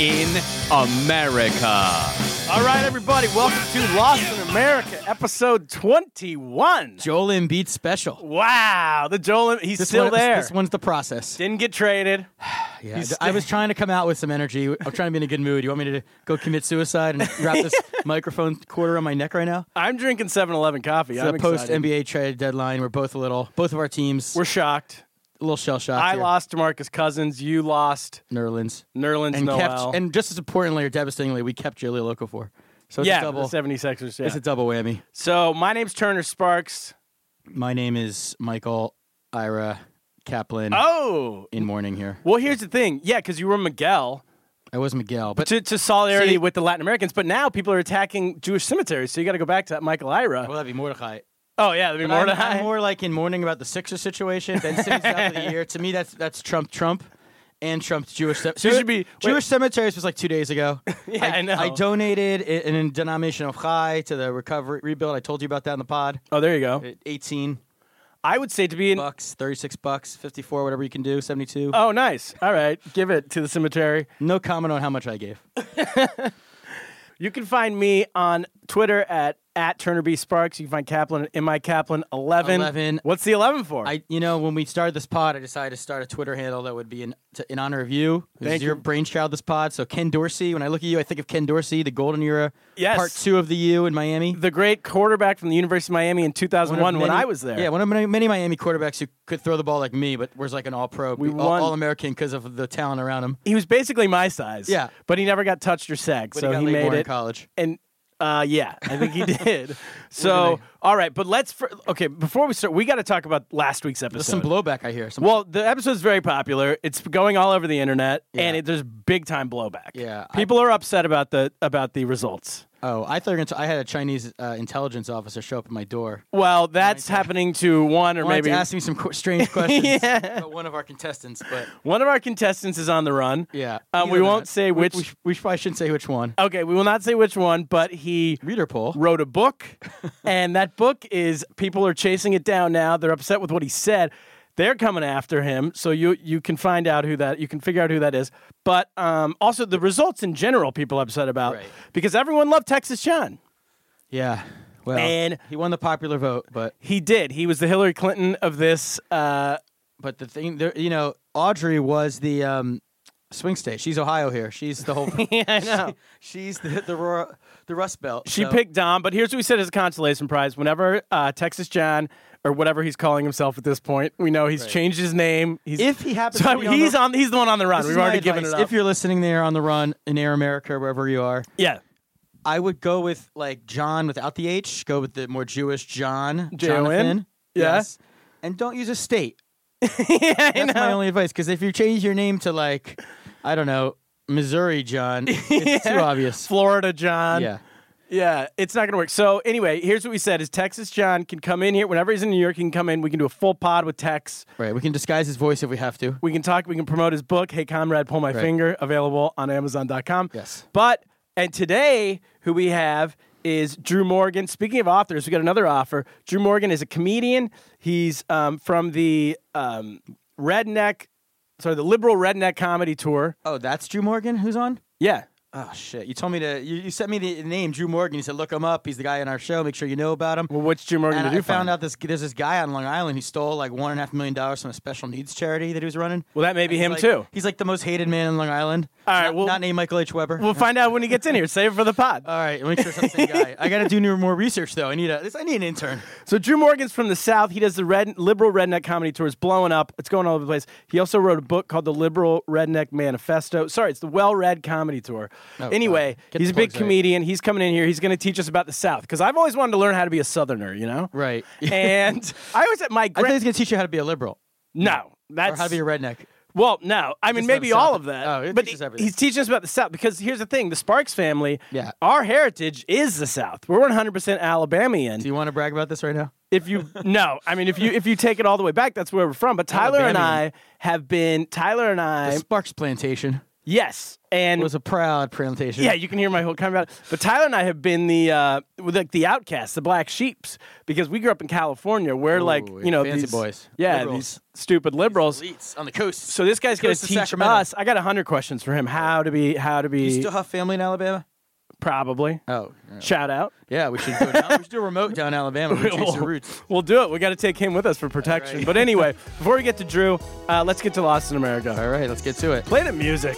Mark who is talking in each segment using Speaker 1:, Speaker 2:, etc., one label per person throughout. Speaker 1: in America.
Speaker 2: All right, everybody, welcome to Lost in America, episode 21.
Speaker 3: Joel Embiid special.
Speaker 2: Wow, the Joel, he's
Speaker 3: This
Speaker 2: still
Speaker 3: one-
Speaker 2: there.
Speaker 3: This one's the process.
Speaker 2: Didn't get traded.
Speaker 3: Yeah,
Speaker 2: He's
Speaker 3: I was trying to come out with some energy. I'm trying to be in a good mood. You want me to go commit suicide and wrap this microphone quarter on my neck right now?
Speaker 2: I'm drinking 7-Eleven coffee.
Speaker 3: It's
Speaker 2: I'm
Speaker 3: the post
Speaker 2: excited.
Speaker 3: NBA trade deadline. We're both a little, both of our teams,
Speaker 2: We're
Speaker 3: we're
Speaker 2: shocked.
Speaker 3: a little shell shocked.
Speaker 2: I lost to Marcus Cousins. You lost
Speaker 3: Nerlens
Speaker 2: Nerlens
Speaker 3: and
Speaker 2: Noel.
Speaker 3: kept, and just as importantly or devastatingly, we kept Jaleel Okafor. So it's
Speaker 2: yeah,
Speaker 3: a double.
Speaker 2: the 76ers. Yeah.
Speaker 3: It's a double whammy.
Speaker 2: so my name's Turner Sparks.
Speaker 3: My name is Michael Ira Kaplan.
Speaker 2: Oh,
Speaker 3: In mourning here,
Speaker 2: well, here's the thing. Yeah, because you were Miguel
Speaker 3: I was Miguel, but
Speaker 2: to, to solidarity
Speaker 3: See-
Speaker 2: with the Latin Americans, but now people are attacking Jewish cemeteries, so you got to go back to that Michael Ira.
Speaker 3: well, that'd be Mordecai.
Speaker 2: oh, yeah, that'd be
Speaker 3: But I'm-
Speaker 2: Mordecai.
Speaker 3: I'm, more like in mourning about the Sixer situation. Ben Simmons out for the year. To me, that's that's Trump, Trump, and Trump's Jewish. Ce-
Speaker 2: You should be-
Speaker 3: Jewish
Speaker 2: wait.
Speaker 3: cemeteries was like two days ago.
Speaker 2: Yeah, I know.
Speaker 3: I donated i- in a denomination of Chai to the recovery rebuild. I told you about that in the pod.
Speaker 2: oh, there you go.
Speaker 3: At 18
Speaker 2: I would say to be an
Speaker 3: bucks, 36 bucks, 54, whatever you can do, 72.
Speaker 2: Oh, nice. All right. Give it to the cemetery.
Speaker 3: no comment on how much I gave.
Speaker 2: You can find me on Twitter at, at Turner B. Sparks. You can find Kaplan at MI Kaplan 11.
Speaker 3: 11.
Speaker 2: What's the 11 for?
Speaker 3: I, you know, when we started this pod, I decided to start a Twitter handle that would be in to, in honor of you. This
Speaker 2: Thank
Speaker 3: is your
Speaker 2: you.
Speaker 3: brainchild, this pod. So Ken Dorsey. When I look at you, I think of Ken Dorsey, the golden era,
Speaker 2: Yes.
Speaker 3: part two of the U in Miami.
Speaker 2: the great quarterback from the University of Miami in 2001
Speaker 3: of
Speaker 2: when
Speaker 3: many-
Speaker 2: I was there.
Speaker 3: Yeah, one of many, many Miami quarterbacks who could throw the ball like me, but was like an all pro,
Speaker 2: We won.
Speaker 3: all American because of the talent around him.
Speaker 2: He was basically my size.
Speaker 3: Yeah.
Speaker 2: But he never got touched or sacked.
Speaker 3: But
Speaker 2: so
Speaker 3: he, got
Speaker 2: he
Speaker 3: Lee
Speaker 2: made
Speaker 3: Moore in
Speaker 2: it.
Speaker 3: college.
Speaker 2: And uh, yeah, I think he did. so,
Speaker 3: gonna-
Speaker 2: all right. But let's, fir- okay, before we start, we got to talk about last week's episode.
Speaker 3: There's some blowback I hear. Some,
Speaker 2: Well, the episode's very popular. It's going all over the internet, and
Speaker 3: Yeah.
Speaker 2: it, there's big time blowback.
Speaker 3: Yeah, I-
Speaker 2: people are upset about the about the results.
Speaker 3: oh, I thought you were gonna t- I had a Chinese uh, intelligence officer show up at my door.
Speaker 2: Well, that's happening to one or
Speaker 3: Wanted
Speaker 2: maybe
Speaker 3: to ask me some qu- strange questions about one of our contestants, but
Speaker 2: one of our contestants is on the run.
Speaker 3: yeah,
Speaker 2: um,
Speaker 3: either
Speaker 2: we
Speaker 3: of
Speaker 2: won't
Speaker 3: that.
Speaker 2: say
Speaker 3: Uh, We-
Speaker 2: which.
Speaker 3: We, sh- we sh- probably shouldn't say which one.
Speaker 2: okay, we will not say which one, but he
Speaker 3: Reader poll.
Speaker 2: wrote a book, and that book is people are chasing it down now. They're upset with what he said. They're coming after him, so you you can find out who that you can figure out who that is. But um, also the results in general, people are upset about
Speaker 3: Right.
Speaker 2: because everyone loved Texas John.
Speaker 3: Yeah. Well,
Speaker 2: And-
Speaker 3: he won the popular vote, but
Speaker 2: He did. He was the Hillary Clinton of this. Uh,
Speaker 3: But the thing, there, you know, Audrey was the um, swing state. She's Ohio here. She's the whole.
Speaker 2: yeah, I know.
Speaker 3: she's the the, Ru- the Rust Belt.
Speaker 2: She
Speaker 3: so-
Speaker 2: picked Dom, but here's what we said as a consolation prize. Whenever uh, Texas John or whatever he's calling himself at this point, we know he's changed his name. He's,
Speaker 3: If he happens
Speaker 2: so
Speaker 3: to be on
Speaker 2: he's
Speaker 3: the-
Speaker 2: on, he's the one on the run.
Speaker 3: This
Speaker 2: We've
Speaker 3: is my
Speaker 2: already given
Speaker 3: advice.
Speaker 2: it up.
Speaker 3: If you're listening there on the run in Air America, wherever you are,
Speaker 2: yeah,
Speaker 3: I would go with like John without the H. Go with the more Jewish John.
Speaker 2: J-O-N?
Speaker 3: Jonathan.
Speaker 2: Yeah.
Speaker 3: Yes. And don't use a state.
Speaker 2: yeah, I know.
Speaker 3: That's my only advice. Because if you change your name to like, I don't know, Missouri John, it's too obvious.
Speaker 2: Florida John.
Speaker 3: Yeah.
Speaker 2: Yeah, it's not going to work. So anyway, here's what we said: is Texas John can come in here whenever he's in New York. He can come in. We can do a full pod with Tex.
Speaker 3: Right. We can disguise his voice if we have to.
Speaker 2: We can talk. We can promote his book, Hey Comrade, Pull My
Speaker 3: Right.
Speaker 2: Finger, available on Amazon.com.
Speaker 3: Yes.
Speaker 2: But And today, who we have is Drew Morgan. Speaking of authors, we got another offer. Drew Morgan is a comedian. He's um, from the um, redneck, sorry, the liberal redneck comedy tour.
Speaker 3: Oh, that's Drew Morgan. Who's on?
Speaker 2: Yeah.
Speaker 3: Oh shit! You told me to. You, you sent me the name Drew Morgan. You said look him up. He's the guy on our show. Make sure you know about him.
Speaker 2: Well, what's Drew Morgan
Speaker 3: and
Speaker 2: to do?
Speaker 3: I
Speaker 2: for him?
Speaker 3: found out this there's this guy on Long Island who stole like one and a half million dollars from a special needs charity that he was running.
Speaker 2: Well, that may be
Speaker 3: He's
Speaker 2: him
Speaker 3: like-
Speaker 2: too.
Speaker 3: He's like the most hated man in Long Island.
Speaker 2: All right,
Speaker 3: Not-
Speaker 2: well-
Speaker 3: not named Michael H. Weber.
Speaker 2: We'll find out when he gets in here. Save it for the pod.
Speaker 3: All right, make sure it's not the same guy. I gotta do new- more research though. I need a. I need an intern.
Speaker 2: So Drew Morgan's from the South. He does the red, liberal redneck comedy tour. It's blowing up. It's going all over the place. He also wrote a book called The Liberal Redneck Manifesto. Sorry, it's the Well Read Comedy Tour. anyway,
Speaker 3: Oh, Get
Speaker 2: he's a
Speaker 3: the
Speaker 2: big
Speaker 3: plugs right.
Speaker 2: comedian. He's coming in here. He's going to teach us about the South because I've always wanted to learn how to be a Southerner. You know,
Speaker 3: Right.
Speaker 2: and I always at my
Speaker 3: I think
Speaker 2: grand
Speaker 3: he's gonna teach you how to be a liberal
Speaker 2: no. That's
Speaker 3: or how to be a redneck.
Speaker 2: well, no. I mean,
Speaker 3: Just how
Speaker 2: maybe
Speaker 3: the
Speaker 2: all
Speaker 3: South-
Speaker 2: of that.
Speaker 3: Oh, it
Speaker 2: but
Speaker 3: teaches
Speaker 2: he-
Speaker 3: everything.
Speaker 2: he's teaching us about the South because here's the thing: the Sparks family,
Speaker 3: Yeah.
Speaker 2: our heritage is the South. We're 100% Alabamian
Speaker 3: Do you want to brag about this right now?
Speaker 2: if you no, I mean if you if you take it all the way back, that's where we're from. But Tyler and I
Speaker 3: Alabama.
Speaker 2: have been Tyler and I
Speaker 3: The Sparks Plantation
Speaker 2: yes, and
Speaker 3: was a proud plantation.
Speaker 2: yeah, you can hear my whole comment about it. But Tyler and I have been the uh, with, like the outcasts, the black sheeps, because we grew up in California. We're like
Speaker 3: Ooh,
Speaker 2: you know
Speaker 3: fancy
Speaker 2: these
Speaker 3: boys.
Speaker 2: yeah,
Speaker 3: Liberals.
Speaker 2: these stupid liberals.
Speaker 3: elites on the coast.
Speaker 2: So this guy's going
Speaker 3: Coast
Speaker 2: to
Speaker 3: of
Speaker 2: teach
Speaker 3: Sacramento.
Speaker 2: us. I got hundred questions for him. How to be? How to
Speaker 3: you
Speaker 2: be?
Speaker 3: still have family in Alabama?
Speaker 2: probably.
Speaker 3: Oh,
Speaker 2: Shout out.
Speaker 3: yeah. We should go down. we should do a remote down Alabama. We chase the roots.
Speaker 2: We'll do it. We got to take him with us for protection.
Speaker 3: right.
Speaker 2: But anyway, before we get to Drew, uh, let's get to Lost in America.
Speaker 3: All right, let's get to it.
Speaker 2: Play the music.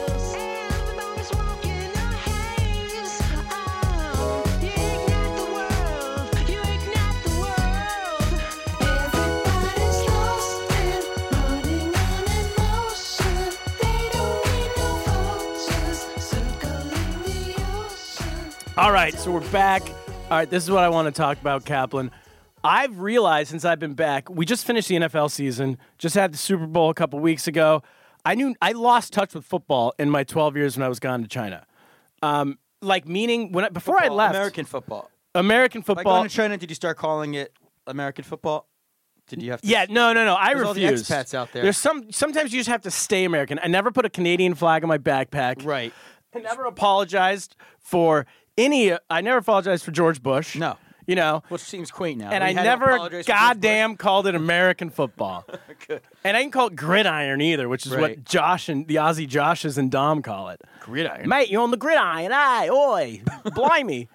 Speaker 4: Everybody's walking a haze. Oh, you ignite the world. You ignite the world. Everybody's lost and running on emotion. They don't need no vultures circling the ocean.
Speaker 2: All right, so we're back. All right, this is what I want to talk about, Kaplan. I've realized since I've been back, we just finished the NFL season, just had the Super Bowl a couple weeks ago. I knew I lost touch with football in my 12 years when I was gone to China. Um, like meaning when I, before I left
Speaker 3: American football.
Speaker 2: American
Speaker 3: By
Speaker 2: football.
Speaker 3: going to China, did you start calling it American football? Did you have to?
Speaker 2: yeah, no, no, no. I
Speaker 3: There's all the
Speaker 2: refuse.
Speaker 3: expats out there.
Speaker 2: There's some. Sometimes you just have to stay American. I never put a Canadian flag on my backpack.
Speaker 3: Right.
Speaker 2: I never apologized for any. I never apologized for George Bush.
Speaker 3: No.
Speaker 2: You know,
Speaker 3: Which seems quaint now.
Speaker 2: and
Speaker 3: Uh, We
Speaker 2: I
Speaker 3: had to
Speaker 2: never
Speaker 3: apologize for George
Speaker 2: goddamn called it American football. And I didn't call it gridiron either, which is what
Speaker 3: Right.
Speaker 2: Josh and the Aussie Joshes and Dom call it.
Speaker 3: Bush. gridiron.
Speaker 2: Mate, you're on the gridiron. Aye, oi, blimey.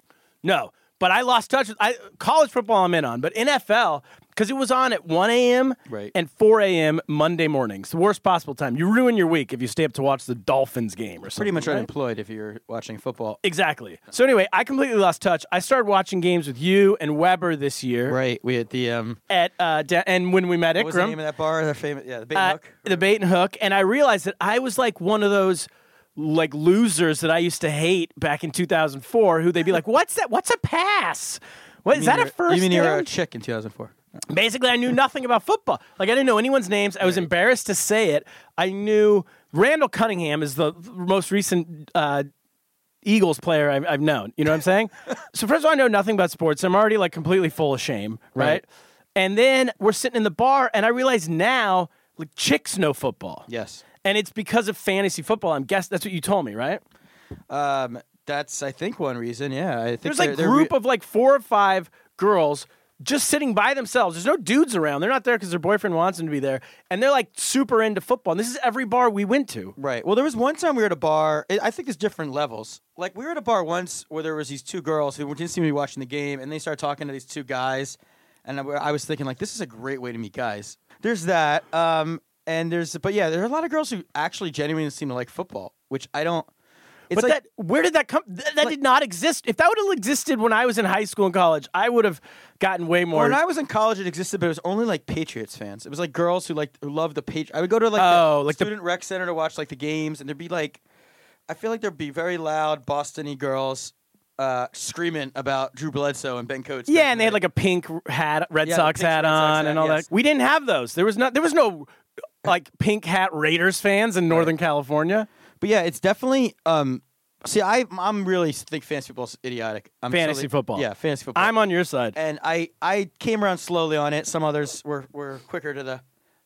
Speaker 2: No, but I lost touch with I, college football. I'm in on, but NFL because it was on at 1 a.m.
Speaker 3: Right.
Speaker 2: and 4 a.m. Monday mornings, the worst possible time. You ruin your week if you stay up to watch the Dolphins game or something.
Speaker 3: Pretty much
Speaker 2: right?
Speaker 3: unemployed if you're watching football.
Speaker 2: Exactly. So anyway, I completely lost touch. I started watching games with you and Weber this year
Speaker 3: Right. We had the um.
Speaker 2: at uh, da- and when we met
Speaker 3: What was the
Speaker 2: Ikram,
Speaker 3: name of that bar? The famous. Yeah, the Big
Speaker 2: uh,
Speaker 3: Hook.
Speaker 2: the bait and hook, and I realized that I was like one of those like losers that I used to hate back in 2004. Who they'd be like, "What's that? What's a pass? What is that a first
Speaker 3: You mean you were a
Speaker 2: down?"
Speaker 3: chick in 2004?
Speaker 2: Basically, I knew nothing about football. Like I didn't know anyone's names. I was embarrassed to say it. I knew Randall Cunningham is the most recent uh, Eagles player I've, I've known. You know what I'm saying? so first of all, I know nothing about sports. I'm already like completely full of shame, right?
Speaker 3: Right.
Speaker 2: And then we're sitting in the bar, and I realize now, like chicks know football.
Speaker 3: Yes.
Speaker 2: And it's because of fantasy football. I'm guess that's what you told me, right?
Speaker 3: Um, that's I think one reason. Yeah, I think
Speaker 2: There's like
Speaker 3: they're-
Speaker 2: a
Speaker 3: they're
Speaker 2: group
Speaker 3: re-
Speaker 2: of like four or five girls just sitting by themselves. There's no dudes around. They're not there because their boyfriend wants them to be there. And they're like super into football. And this is every bar we went to.
Speaker 3: Right. Well, there was one time we were at a bar. I I think there's different levels. Like we were at a bar once where there was these two girls who didn't seem to be watching the game, and they started talking to these two guys, and I I was thinking like, this is a great way to meet guys. There's that. Um, and there's but yeah, there are a lot of girls who actually genuinely seem to like football, which I don't. It's
Speaker 2: but
Speaker 3: like,
Speaker 2: that where did that come? Th- that did not exist. If that would have existed when I was in high school and college, I would have gotten way more.
Speaker 3: When I was in college, it existed, but it was only like Patriots fans. It was like girls who like who loved the Patriots. I would go to like
Speaker 2: Oh,
Speaker 3: the
Speaker 2: like the-
Speaker 3: student rec center to watch like the games, and there'd be like, I feel like there'd be very loud Bostony girls uh, screaming about Drew Bledsoe and Ben Coates.
Speaker 2: yeah, and they had like a pink hat, Red
Speaker 3: Yeah, the
Speaker 2: Sox
Speaker 3: pink
Speaker 2: hat
Speaker 3: Red Sox
Speaker 2: on,
Speaker 3: hat,
Speaker 2: and all
Speaker 3: yes.
Speaker 2: that. We didn't have those. There was not. There was no like pink hat Raiders fans in Northern California.
Speaker 3: but yeah, it's definitely. Um, see, I I'm really think fantasy football's idiotic. I'm
Speaker 2: Fantasy
Speaker 3: totally-
Speaker 2: football.
Speaker 3: Yeah, fantasy football.
Speaker 2: I'm on your side.
Speaker 3: and I I came around slowly on it. Some others were were quicker to the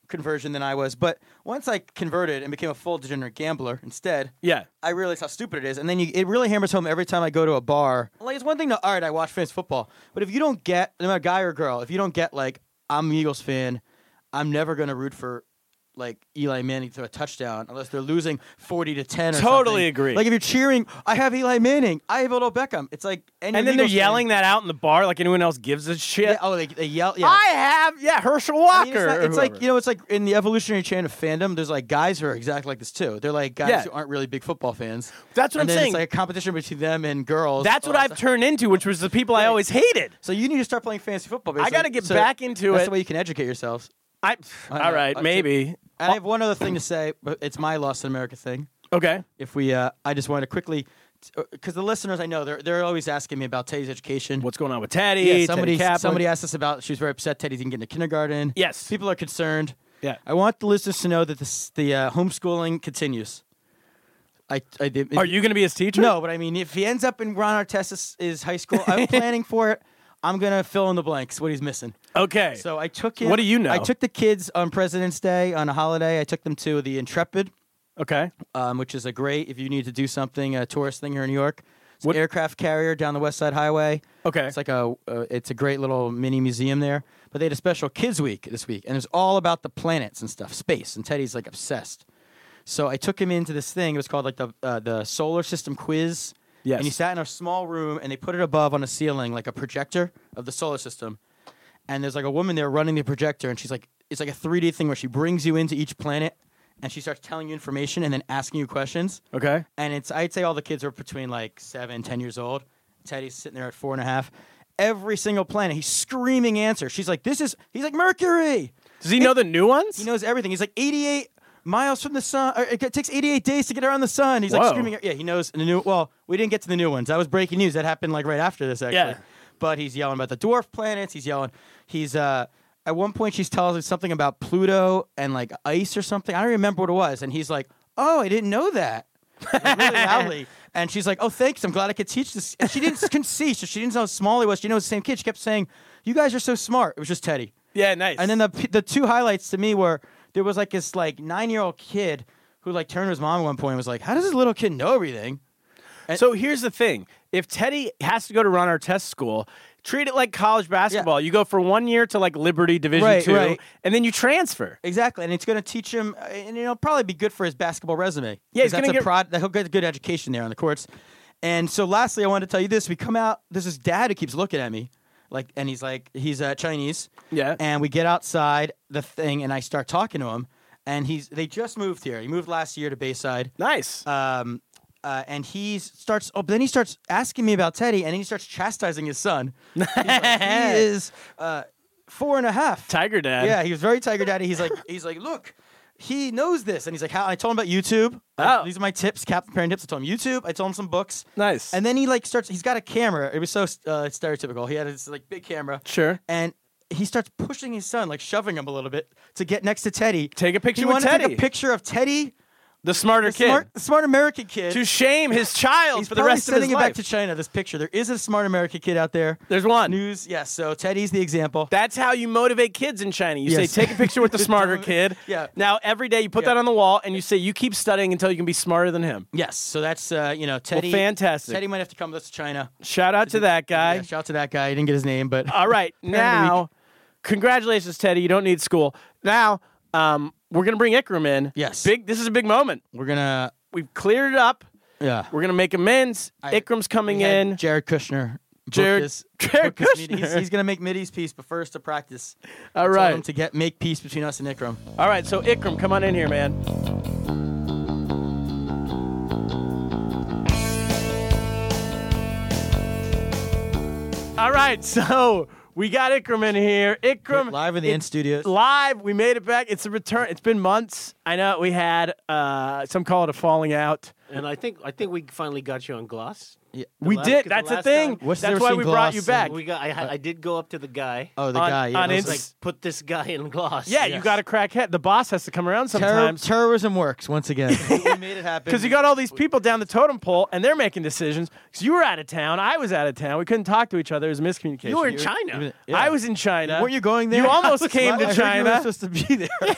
Speaker 3: conversion than I was. But once I converted and became a full degenerate gambler instead,
Speaker 2: Yeah.
Speaker 3: I realize how stupid it is, and then you, it really hammers home every time I go to a bar. Like it's one thing to all right, I watch fantasy football, but if you don't get, no matter guy or girl, if you don't get like I'm an Eagles fan, I'm never gonna root for like Eli Manning to a touchdown unless they're losing forty to ten. or
Speaker 2: Totally
Speaker 3: something.
Speaker 2: agree.
Speaker 3: Like if you're cheering, I have Eli Manning, I have Odell Beckham. It's like and,
Speaker 2: And then
Speaker 3: you're
Speaker 2: they're
Speaker 3: an Eagles
Speaker 2: yelling
Speaker 3: fan.
Speaker 2: that out in the bar like anyone else gives a shit.
Speaker 3: Yeah, oh, they, they yell. Yeah.
Speaker 2: I have, yeah, Herschel
Speaker 3: I
Speaker 2: Walker.
Speaker 3: mean, it's not-
Speaker 2: or
Speaker 3: it's like
Speaker 2: whoever.
Speaker 3: you know, it's like in the evolutionary chain of fandom. There's like guys who are exactly like this too. They're like guys
Speaker 2: Yeah.
Speaker 3: who aren't really big football fans.
Speaker 2: That's what
Speaker 3: And
Speaker 2: I'm
Speaker 3: then
Speaker 2: saying.
Speaker 3: It's like a competition between them and girls.
Speaker 2: That's what
Speaker 3: Oh,
Speaker 2: I've turned into, which was the people I always hated.
Speaker 3: So you need to start playing fantasy football. Basically.
Speaker 2: gotta get
Speaker 3: So
Speaker 2: back into
Speaker 3: That's
Speaker 2: it.
Speaker 3: the way you can educate yourselves.
Speaker 2: I,
Speaker 3: I
Speaker 2: all
Speaker 3: know.
Speaker 2: right,
Speaker 3: I-
Speaker 2: maybe.
Speaker 3: And I have one other thing to say, but it's my Lost in America thing.
Speaker 2: Okay.
Speaker 3: If we, uh, I just wanted to quickly, because the listeners I know they're they're always asking me about Teddy's education.
Speaker 2: What's going on with Teddy?
Speaker 3: Yeah,
Speaker 2: Teddy
Speaker 3: somebody
Speaker 2: Kaplan?
Speaker 3: somebody asked us about. She was very upset Teddy didn't get into kindergarten.
Speaker 2: Yes.
Speaker 3: people are concerned.
Speaker 2: Yeah.
Speaker 3: I want the listeners to know that this, the uh, homeschooling continues. I, I did.
Speaker 2: Are you going to be his teacher?
Speaker 3: No, but I mean, if he ends up in Ron Artest's is high school, I'm planning for it. I'm gonna fill in the blanks what he's missing.
Speaker 2: Okay.
Speaker 3: So I took him.
Speaker 2: What do you know?
Speaker 3: I took the kids on President's Day on a holiday. I took them to the Intrepid,
Speaker 2: okay.
Speaker 3: um, which is a great if you need to do something a tourist thing here in New York. It's
Speaker 2: What-
Speaker 3: an aircraft carrier down the West Side Highway.
Speaker 2: Okay.
Speaker 3: It's like a uh, it's a great little mini museum there. But they had a special kids week this week, and it was all about the planets and stuff, space. And Teddy's like obsessed. So I took him into this thing. It was called like the uh, the solar system quiz.
Speaker 2: Yes.
Speaker 3: And he sat in a small room, and they put it above on a ceiling like a projector of the solar system. And there's like a woman there running the projector, and she's like, it's like a 3D thing where she brings you into each planet, and she starts telling you information and then asking you questions.
Speaker 2: Okay.
Speaker 3: And it's I'd say all the kids are between like seven, ten years old. Teddy's sitting there at four and a half. Every single planet, he's screaming answers. She's like, "This is." He's like, "Mercury."
Speaker 2: Does he know the new ones?
Speaker 3: He knows everything. He's like 88 miles from the sun. Or it takes 88 days to get around the sun. He's
Speaker 2: Whoa.
Speaker 3: like screaming. Yeah, he knows the new. Well, we didn't get to the new ones. That was breaking news. That happened like right after this, actually.
Speaker 2: Yeah.
Speaker 3: But he's yelling about the dwarf planets. He's yelling. He's uh. At one point, she's telling him something about Pluto and like ice or something. I don't remember what it was. And he's like, "Oh, I didn't know that." Like, really loudly. And she's like, "Oh, thanks. I'm glad I could teach this." And she didn't couldn't see, so she didn't know how small he was. She knows the same kid. She kept saying, "You guys are so smart." It was just Teddy.
Speaker 2: yeah, nice.
Speaker 3: And then the p- the two highlights to me were there was like this like nine year old kid who like turned to his mom at one point and was like, "How does this little kid know everything?"
Speaker 2: so here's the thing: if Teddy has to go to Ron Artest school, treat it like college basketball. You go for one year to like Liberty Division
Speaker 3: Right,
Speaker 2: Two,
Speaker 3: right.
Speaker 2: and then you transfer.
Speaker 3: Exactly, and it's going to teach him, uh, and it'll probably be good for his basketball resume.
Speaker 2: Yeah, he's
Speaker 3: 'Cause that's
Speaker 2: gonna
Speaker 3: a
Speaker 2: get-
Speaker 3: prod- that he'll get a good education there on the courts. And so, lastly, I wanted to tell you this: we come out. There's this dad who keeps looking at me, like, and he's like, he's uh, Chinese.
Speaker 2: Yeah.
Speaker 3: And we get outside the thing, and I start talking to him, and he's they just moved here. He moved last year to Bayside.
Speaker 2: Nice.
Speaker 3: um, uh, and he starts. Oh, but then he starts asking me about Teddy, and then he starts chastising his son. He's like, he is uh, four and a half.
Speaker 2: Tiger Dad.
Speaker 3: Yeah, he was very tiger daddy. He's like, he's like, look, he knows this, and he's like, how? I told him about YouTube. Like,
Speaker 2: Oh.
Speaker 3: these are my tips, Captain Parent tips. I told him YouTube. I told him some books.
Speaker 2: Nice.
Speaker 3: And then he like starts. He's got a camera. It was so uh, stereotypical. He had this like big camera.
Speaker 2: Sure.
Speaker 3: And he starts pushing his son, like shoving him a little bit, to get next to Teddy.
Speaker 2: Take a picture
Speaker 3: he
Speaker 2: with
Speaker 3: wanted to
Speaker 2: Teddy.
Speaker 3: Take a picture of Teddy
Speaker 2: the smarter
Speaker 3: the
Speaker 2: kid
Speaker 3: Smart, the smart American kid.
Speaker 2: to shame his child
Speaker 3: He's
Speaker 2: for the
Speaker 3: probably
Speaker 2: rest of his
Speaker 3: sending it
Speaker 2: life.
Speaker 3: back to China. This picture. There is a smart American kid out there.
Speaker 2: There's one.
Speaker 3: News. Yes. so Teddy's the example.
Speaker 2: That's how you motivate kids in China. You
Speaker 3: Yes.
Speaker 2: say, take a picture with the smarter kid.
Speaker 3: Yeah.
Speaker 2: Now, every day you put
Speaker 3: Yeah.
Speaker 2: that on the wall and you say, you keep studying until you can be smarter than him.
Speaker 3: yes. So that's uh, you know Teddy.
Speaker 2: fantastic.
Speaker 3: Teddy might have to come with us to China.
Speaker 2: Shout out to that guy.
Speaker 3: Yeah, shout out to that guy. He didn't get his name, but
Speaker 2: All right.
Speaker 3: of the
Speaker 2: now, congratulations, Teddy. You don't need school. Now, um, we're going to bring Ikram in.
Speaker 3: Yes.
Speaker 2: Big. This is a big moment.
Speaker 3: we're gonna.
Speaker 2: We've cleared it up.
Speaker 3: Yeah.
Speaker 2: We're going to make amends.
Speaker 3: I-
Speaker 2: Ikram's coming
Speaker 3: We had
Speaker 2: in.
Speaker 3: Jared Kushner. book
Speaker 2: Jared-
Speaker 3: this-
Speaker 2: Jared
Speaker 3: book this meeting.
Speaker 2: Kushner.
Speaker 3: He's, he's gonna make Middy's peace, but first to practice. I
Speaker 2: All
Speaker 3: told
Speaker 2: right.
Speaker 3: him to get make peace between us and Ikram.
Speaker 2: All right. So, Ikram, come on in here, man. All right. So, we got Ikram in here. Ikram.
Speaker 3: Live in the end studios.
Speaker 2: live. We made it back. It's a return. It's been months. I know we had uh, some call it a falling out.
Speaker 5: And I think I think we finally got you on Gloss.
Speaker 2: we
Speaker 5: last-
Speaker 2: did.
Speaker 5: the
Speaker 2: That's a
Speaker 5: last
Speaker 2: thing.
Speaker 5: time-
Speaker 3: What's the
Speaker 2: That's
Speaker 3: difference
Speaker 2: why we
Speaker 3: between
Speaker 2: brought you
Speaker 3: gloss and
Speaker 2: back.
Speaker 5: We got. I, had- I did go up to the guy.
Speaker 3: Oh, the
Speaker 2: On-
Speaker 3: guy. Yeah,
Speaker 2: on
Speaker 5: I
Speaker 3: that's
Speaker 5: was
Speaker 2: Insta-
Speaker 5: like, put this guy in Gloss.
Speaker 2: yeah,
Speaker 5: Yes.
Speaker 2: you got a crackhead. The boss has to come around
Speaker 3: like- Terror-
Speaker 2: sometimes.
Speaker 3: terrorism works once again. we made it happen.
Speaker 2: Because you got all these people down the totem pole, and they're making decisions. Because you were out of town, I was out of town. We couldn't talk to each other. It was a miscommunication.
Speaker 5: You were in China.
Speaker 2: I was in China.
Speaker 3: Weren't you going there?
Speaker 2: You almost
Speaker 3: I was-
Speaker 2: came
Speaker 3: I
Speaker 2: to
Speaker 3: heard You
Speaker 2: China.
Speaker 3: were supposed to be there.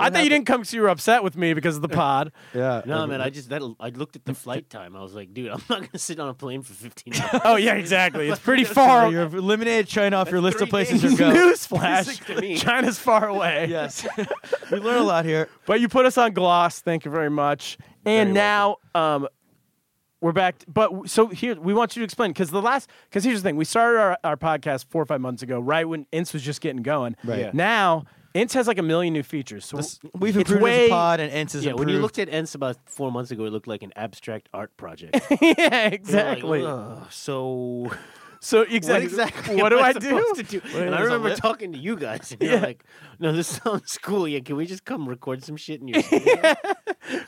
Speaker 2: I thought you didn't come because you were upset with me because of the pod.
Speaker 3: yeah.
Speaker 5: No, man. I just that I looked at the flight time. I was like, dude, I'm not gonna sit on a plane for 15 hours.
Speaker 2: oh yeah, exactly. It's pretty far.
Speaker 3: You've eliminated China off your list of
Speaker 5: three
Speaker 3: places to
Speaker 5: days.
Speaker 3: go.
Speaker 5: Music to me.
Speaker 2: Newsflash: China's far away.
Speaker 3: Yes. we learn a lot here.
Speaker 2: But you put us on gloss. Thank you very much. And now um, we're back. but w- so here we want you to explain because the last because here's the thing: we started our, our podcast four or five months ago, right when Ince was just getting going.
Speaker 3: Right. Yeah.
Speaker 2: Now Ince has like a million new features. So
Speaker 3: We've
Speaker 2: it's
Speaker 3: improved
Speaker 2: way,
Speaker 3: as a pod, and Ents is
Speaker 5: yeah, when
Speaker 3: improved.
Speaker 5: you looked at Ents about four months ago, it looked like an abstract art project. You're like,
Speaker 2: yeah, exactly.
Speaker 5: "Ugh, so
Speaker 2: so exactly.
Speaker 5: what exactly?
Speaker 2: What
Speaker 5: am
Speaker 2: do I do?
Speaker 5: supposed to And I
Speaker 3: there's a
Speaker 5: remember
Speaker 3: lip?
Speaker 5: talking to you guys, and you're
Speaker 2: Yeah.
Speaker 5: like, "No, this sounds cool. Yeah, can we just come record some shit in your?" studio?"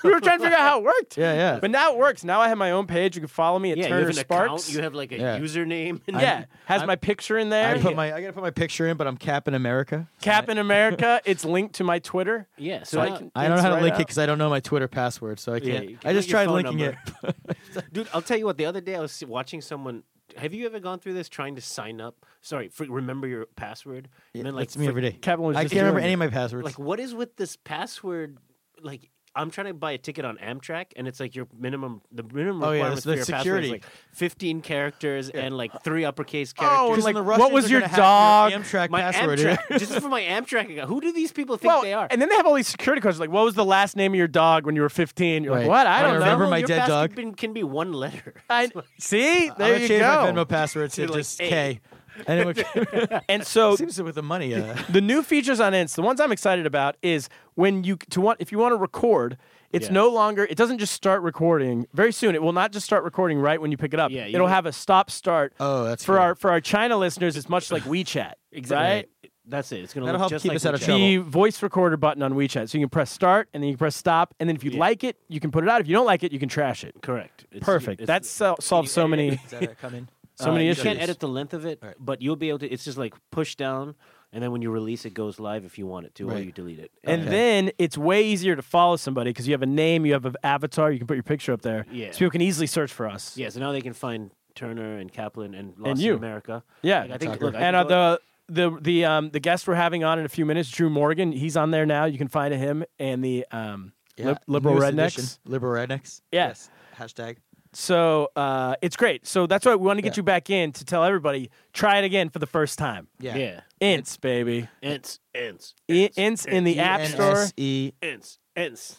Speaker 2: we were trying to figure out how it worked.
Speaker 3: Yeah, yeah.
Speaker 2: But now it works. Now I have my own page. You can follow me at
Speaker 5: yeah, you
Speaker 2: Turner
Speaker 5: have an
Speaker 2: Sparks.
Speaker 5: account. You have like a
Speaker 3: Yeah.
Speaker 5: username. And
Speaker 2: yeah, has my picture in there.
Speaker 3: I put my I gotta put my picture in, but I'm capping America.
Speaker 2: Captain America. It's linked to my Twitter.
Speaker 5: yeah. So,
Speaker 2: So I
Speaker 5: now-
Speaker 2: can-
Speaker 3: I don't know
Speaker 2: It's
Speaker 3: how to
Speaker 2: right
Speaker 3: link it
Speaker 2: out.
Speaker 3: because I don't know my Twitter password, so I can't.
Speaker 5: you can
Speaker 3: I just
Speaker 5: put your
Speaker 3: tried
Speaker 5: phone
Speaker 3: linking
Speaker 5: number.
Speaker 3: it.
Speaker 5: Dude, I'll tell you what. The other day, I was watching someone. Have you ever gone through this trying to sign up? Sorry, for, remember your password. and then, like,
Speaker 3: That's me every day.
Speaker 2: Kevin was
Speaker 3: I
Speaker 2: just
Speaker 3: can't remember
Speaker 2: doing
Speaker 3: any
Speaker 2: it.
Speaker 3: of my passwords.
Speaker 5: Like, what is with this password? Like, I'm trying to buy a ticket on Amtrak, and it's like your minimum, the minimum
Speaker 3: Oh, yeah,
Speaker 5: requirements
Speaker 3: that's the
Speaker 5: for your
Speaker 3: security.
Speaker 5: password is like 15 characters and like three uppercase
Speaker 2: Oh,
Speaker 5: characters.
Speaker 2: and
Speaker 3: Because
Speaker 2: like,
Speaker 3: then the
Speaker 2: what
Speaker 3: Russians
Speaker 2: was
Speaker 3: are
Speaker 2: your
Speaker 3: gonna hack
Speaker 2: dog?
Speaker 3: Your Amtrak
Speaker 5: my
Speaker 3: password.
Speaker 5: Amtrak, just for my Amtrak account. Who do these people think
Speaker 2: well,
Speaker 5: they are?
Speaker 2: and then they have all these security questions like, "What was the last name of your dog when you were 15?" You're like,
Speaker 3: Right.
Speaker 2: "What? I
Speaker 3: I
Speaker 2: don't
Speaker 3: remember
Speaker 2: know."
Speaker 3: my
Speaker 5: your
Speaker 3: dead
Speaker 5: password
Speaker 3: dog.
Speaker 5: Can, can be one letter.
Speaker 2: I, see,
Speaker 3: I'm
Speaker 2: there
Speaker 3: gonna
Speaker 2: you
Speaker 3: change
Speaker 2: go.
Speaker 3: my Venmo password to
Speaker 5: like,
Speaker 3: just
Speaker 5: "Hey."
Speaker 3: K. Anyone can-
Speaker 2: and so
Speaker 3: seems with the money. Uh,
Speaker 2: the new features on Insta, the ones I'm excited about is when you to want if you want to record, it's
Speaker 5: Yeah.
Speaker 2: no longer it doesn't just start recording very soon. It will not just start recording right when you pick it up.
Speaker 5: Yeah, you-
Speaker 2: It'll have a stop start.
Speaker 3: Oh, that's
Speaker 2: for
Speaker 3: good.
Speaker 2: our for our China listeners. It's much like WeChat, right?
Speaker 5: That's it. It's gonna
Speaker 3: That'll
Speaker 5: look
Speaker 3: help
Speaker 5: just
Speaker 3: keep
Speaker 5: like
Speaker 3: us out of
Speaker 5: WeChat.
Speaker 3: trouble.
Speaker 2: The voice recorder button on WeChat, so you can press start and then you can press stop, and then if you like it, you can put it out. If you don't like it, you can trash it.
Speaker 5: Correct. It's-
Speaker 2: Perfect.
Speaker 5: it's-
Speaker 2: That sol- solves so many
Speaker 3: Is that coming?
Speaker 2: so
Speaker 5: Uh,
Speaker 2: many
Speaker 5: you
Speaker 2: issues.
Speaker 5: can't edit the length of it, but you'll be able to. It's just like push down, and then when you release, it goes live if you want it to, or
Speaker 3: Right.
Speaker 5: you delete it.
Speaker 2: And
Speaker 5: Uh,
Speaker 2: then it's way easier to follow somebody because you have a name, you have an avatar, you can put your picture up there.
Speaker 5: Yeah.
Speaker 2: So people can easily search for us.
Speaker 5: yeah, so now they can find Turner and Kaplan and Lost
Speaker 2: you.
Speaker 5: in America.
Speaker 2: Yeah.
Speaker 5: Like, I think. Look, I
Speaker 2: and uh,
Speaker 5: can go-
Speaker 2: the the the um the guest we're having on in a few minutes, Drew Morgan, he's on there now. You can find him and the um lib- liberal
Speaker 3: newest
Speaker 2: rednecks.
Speaker 3: edition. Liberal rednecks.
Speaker 2: Yeah.
Speaker 3: Hashtag.
Speaker 2: So uh, it's great. So that's why we want to get
Speaker 3: Yeah.
Speaker 2: you back in to tell everybody try it again for the first time.
Speaker 3: Yeah.
Speaker 5: yeah,
Speaker 2: Ints, baby.
Speaker 5: ants, ants,
Speaker 2: I- Ints in the App Store.
Speaker 3: E.
Speaker 5: ants, ants.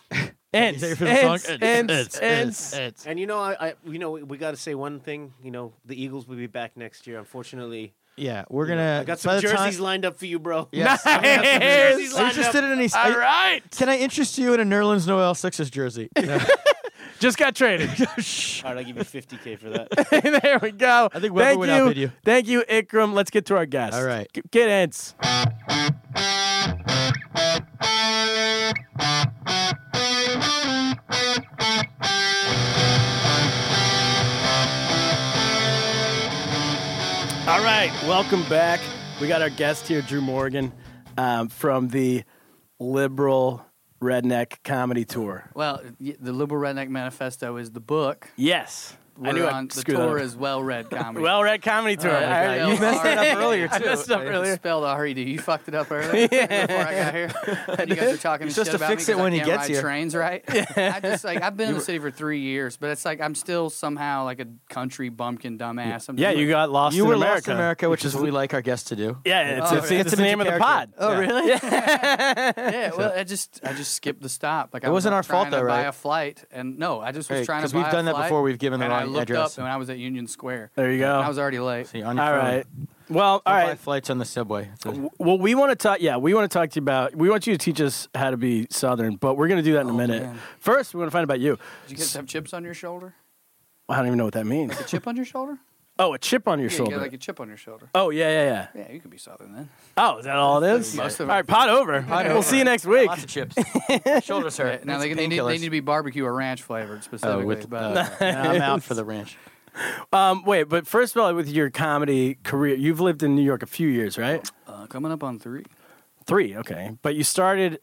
Speaker 2: Ints.
Speaker 3: that your favorite
Speaker 2: Ints.
Speaker 3: song? E
Speaker 2: Ints. Ints.
Speaker 5: And you know, I, I you know, we, we got to say one thing. You know, the Eagles will be back next year. Unfortunately,
Speaker 3: Yeah, we're gonna.
Speaker 5: I got
Speaker 3: Uh, by
Speaker 5: some
Speaker 3: the time-
Speaker 5: jerseys lined up for you, bro.
Speaker 3: Yes.
Speaker 5: I got some jerseys
Speaker 3: Are you
Speaker 5: lined up.
Speaker 3: interested in any?
Speaker 2: All
Speaker 3: are-
Speaker 2: right.
Speaker 3: Can I interest you in a Nerlens Noel Sixers jersey? Yeah.
Speaker 2: Just got traded.
Speaker 5: All right, I'll give you 50k for that.
Speaker 2: there we go.
Speaker 3: I think Weber
Speaker 2: Thank
Speaker 3: would
Speaker 2: you.
Speaker 3: outbid you.
Speaker 2: Thank you, Ikram. Let's get to our guest.
Speaker 3: All right.
Speaker 2: G- get Ints. All right, welcome back. We got our guest here, Drew Morgan, um, from the Liberal Redneck Comedy Tour.
Speaker 1: Well, y- the Liberal Redneck Manifesto is the book.
Speaker 2: Yes,
Speaker 1: We're
Speaker 2: I knew
Speaker 1: on
Speaker 2: I'd
Speaker 1: the
Speaker 2: screw that
Speaker 1: tour
Speaker 2: up.
Speaker 1: is well read comedy.
Speaker 2: Well Read Comedy Tour.
Speaker 1: Oh my
Speaker 2: I-
Speaker 1: God,
Speaker 2: you messed it up
Speaker 1: alright.
Speaker 2: earlier too.
Speaker 1: I messed
Speaker 2: up earlier.
Speaker 1: Spelled R-E-D. You fucked it up earlier before I got here. And you guys were talking
Speaker 3: supposed
Speaker 1: shit
Speaker 3: to
Speaker 1: about
Speaker 3: fix
Speaker 1: me
Speaker 3: it
Speaker 1: 'cause
Speaker 3: when
Speaker 1: I
Speaker 3: he
Speaker 1: can't
Speaker 3: gets
Speaker 1: ride
Speaker 3: here.
Speaker 1: trains, right? I just like I've been in the city for three years, but it's like I'm still somehow like a country bumpkin dumbass. I'm
Speaker 2: Yeah,
Speaker 1: just
Speaker 2: you
Speaker 1: like-
Speaker 2: got lost
Speaker 3: you
Speaker 2: in
Speaker 3: were
Speaker 2: America.
Speaker 3: lost in America, which is what we like our guests to do.
Speaker 2: Yeah, it's,
Speaker 1: Oh,
Speaker 2: it's,
Speaker 1: yeah.
Speaker 2: it's the name of the pod.
Speaker 3: Oh,
Speaker 2: really?
Speaker 1: Yeah, well, I just I just skipped the stop. Like I
Speaker 3: It
Speaker 1: was
Speaker 3: wasn't our fault,
Speaker 1: trying to
Speaker 3: though,
Speaker 1: Buy
Speaker 3: right?
Speaker 1: a flight, and no, I just was
Speaker 3: Right,
Speaker 1: trying to
Speaker 3: 'cause we've
Speaker 1: buy a
Speaker 3: done that
Speaker 1: flight,
Speaker 3: before. We've given the
Speaker 1: and I
Speaker 3: wrong
Speaker 1: looked
Speaker 3: address.
Speaker 1: up when I was at Union Square.
Speaker 2: There you go.
Speaker 1: I was already late.
Speaker 3: See, on your
Speaker 2: All
Speaker 3: phone.
Speaker 2: right. Well, all
Speaker 3: Don't buy
Speaker 2: right.
Speaker 3: flights on the subway. It's a-
Speaker 2: Well, we want to talk. Yeah, we want to talk to you about. We want you to teach us how to be Southern, but we're going to do that in
Speaker 5: Oh,
Speaker 2: a minute.
Speaker 1: man.
Speaker 2: First, we want to find out about you.
Speaker 1: Did you guys have chips on your shoulder?
Speaker 2: I don't even know what that means.
Speaker 1: A chip on your shoulder?
Speaker 2: Oh, a chip on your
Speaker 5: Yeah, you
Speaker 2: shoulder.
Speaker 5: got like a chip on your shoulder.
Speaker 2: oh yeah, yeah, yeah.
Speaker 5: Yeah, you could be Southern then.
Speaker 2: Oh, is that all it is?
Speaker 5: Most of
Speaker 2: all
Speaker 5: it.
Speaker 2: right, pot over. we'll see you next week.
Speaker 3: Lots of chips. Shoulders hurt.
Speaker 5: Now they,
Speaker 3: Need
Speaker 5: they,
Speaker 3: some
Speaker 5: need, they
Speaker 3: painkillers.
Speaker 5: need to be barbecue or ranch
Speaker 2: Uh,
Speaker 5: flavored
Speaker 3: uh,
Speaker 5: specifically. but
Speaker 3: Nah, I'm out for the ranch.
Speaker 2: Um, wait, but first of all, with your comedy career, you've lived in New York a few years, right?
Speaker 5: uh, coming up on three.
Speaker 2: Three, okay. But you started.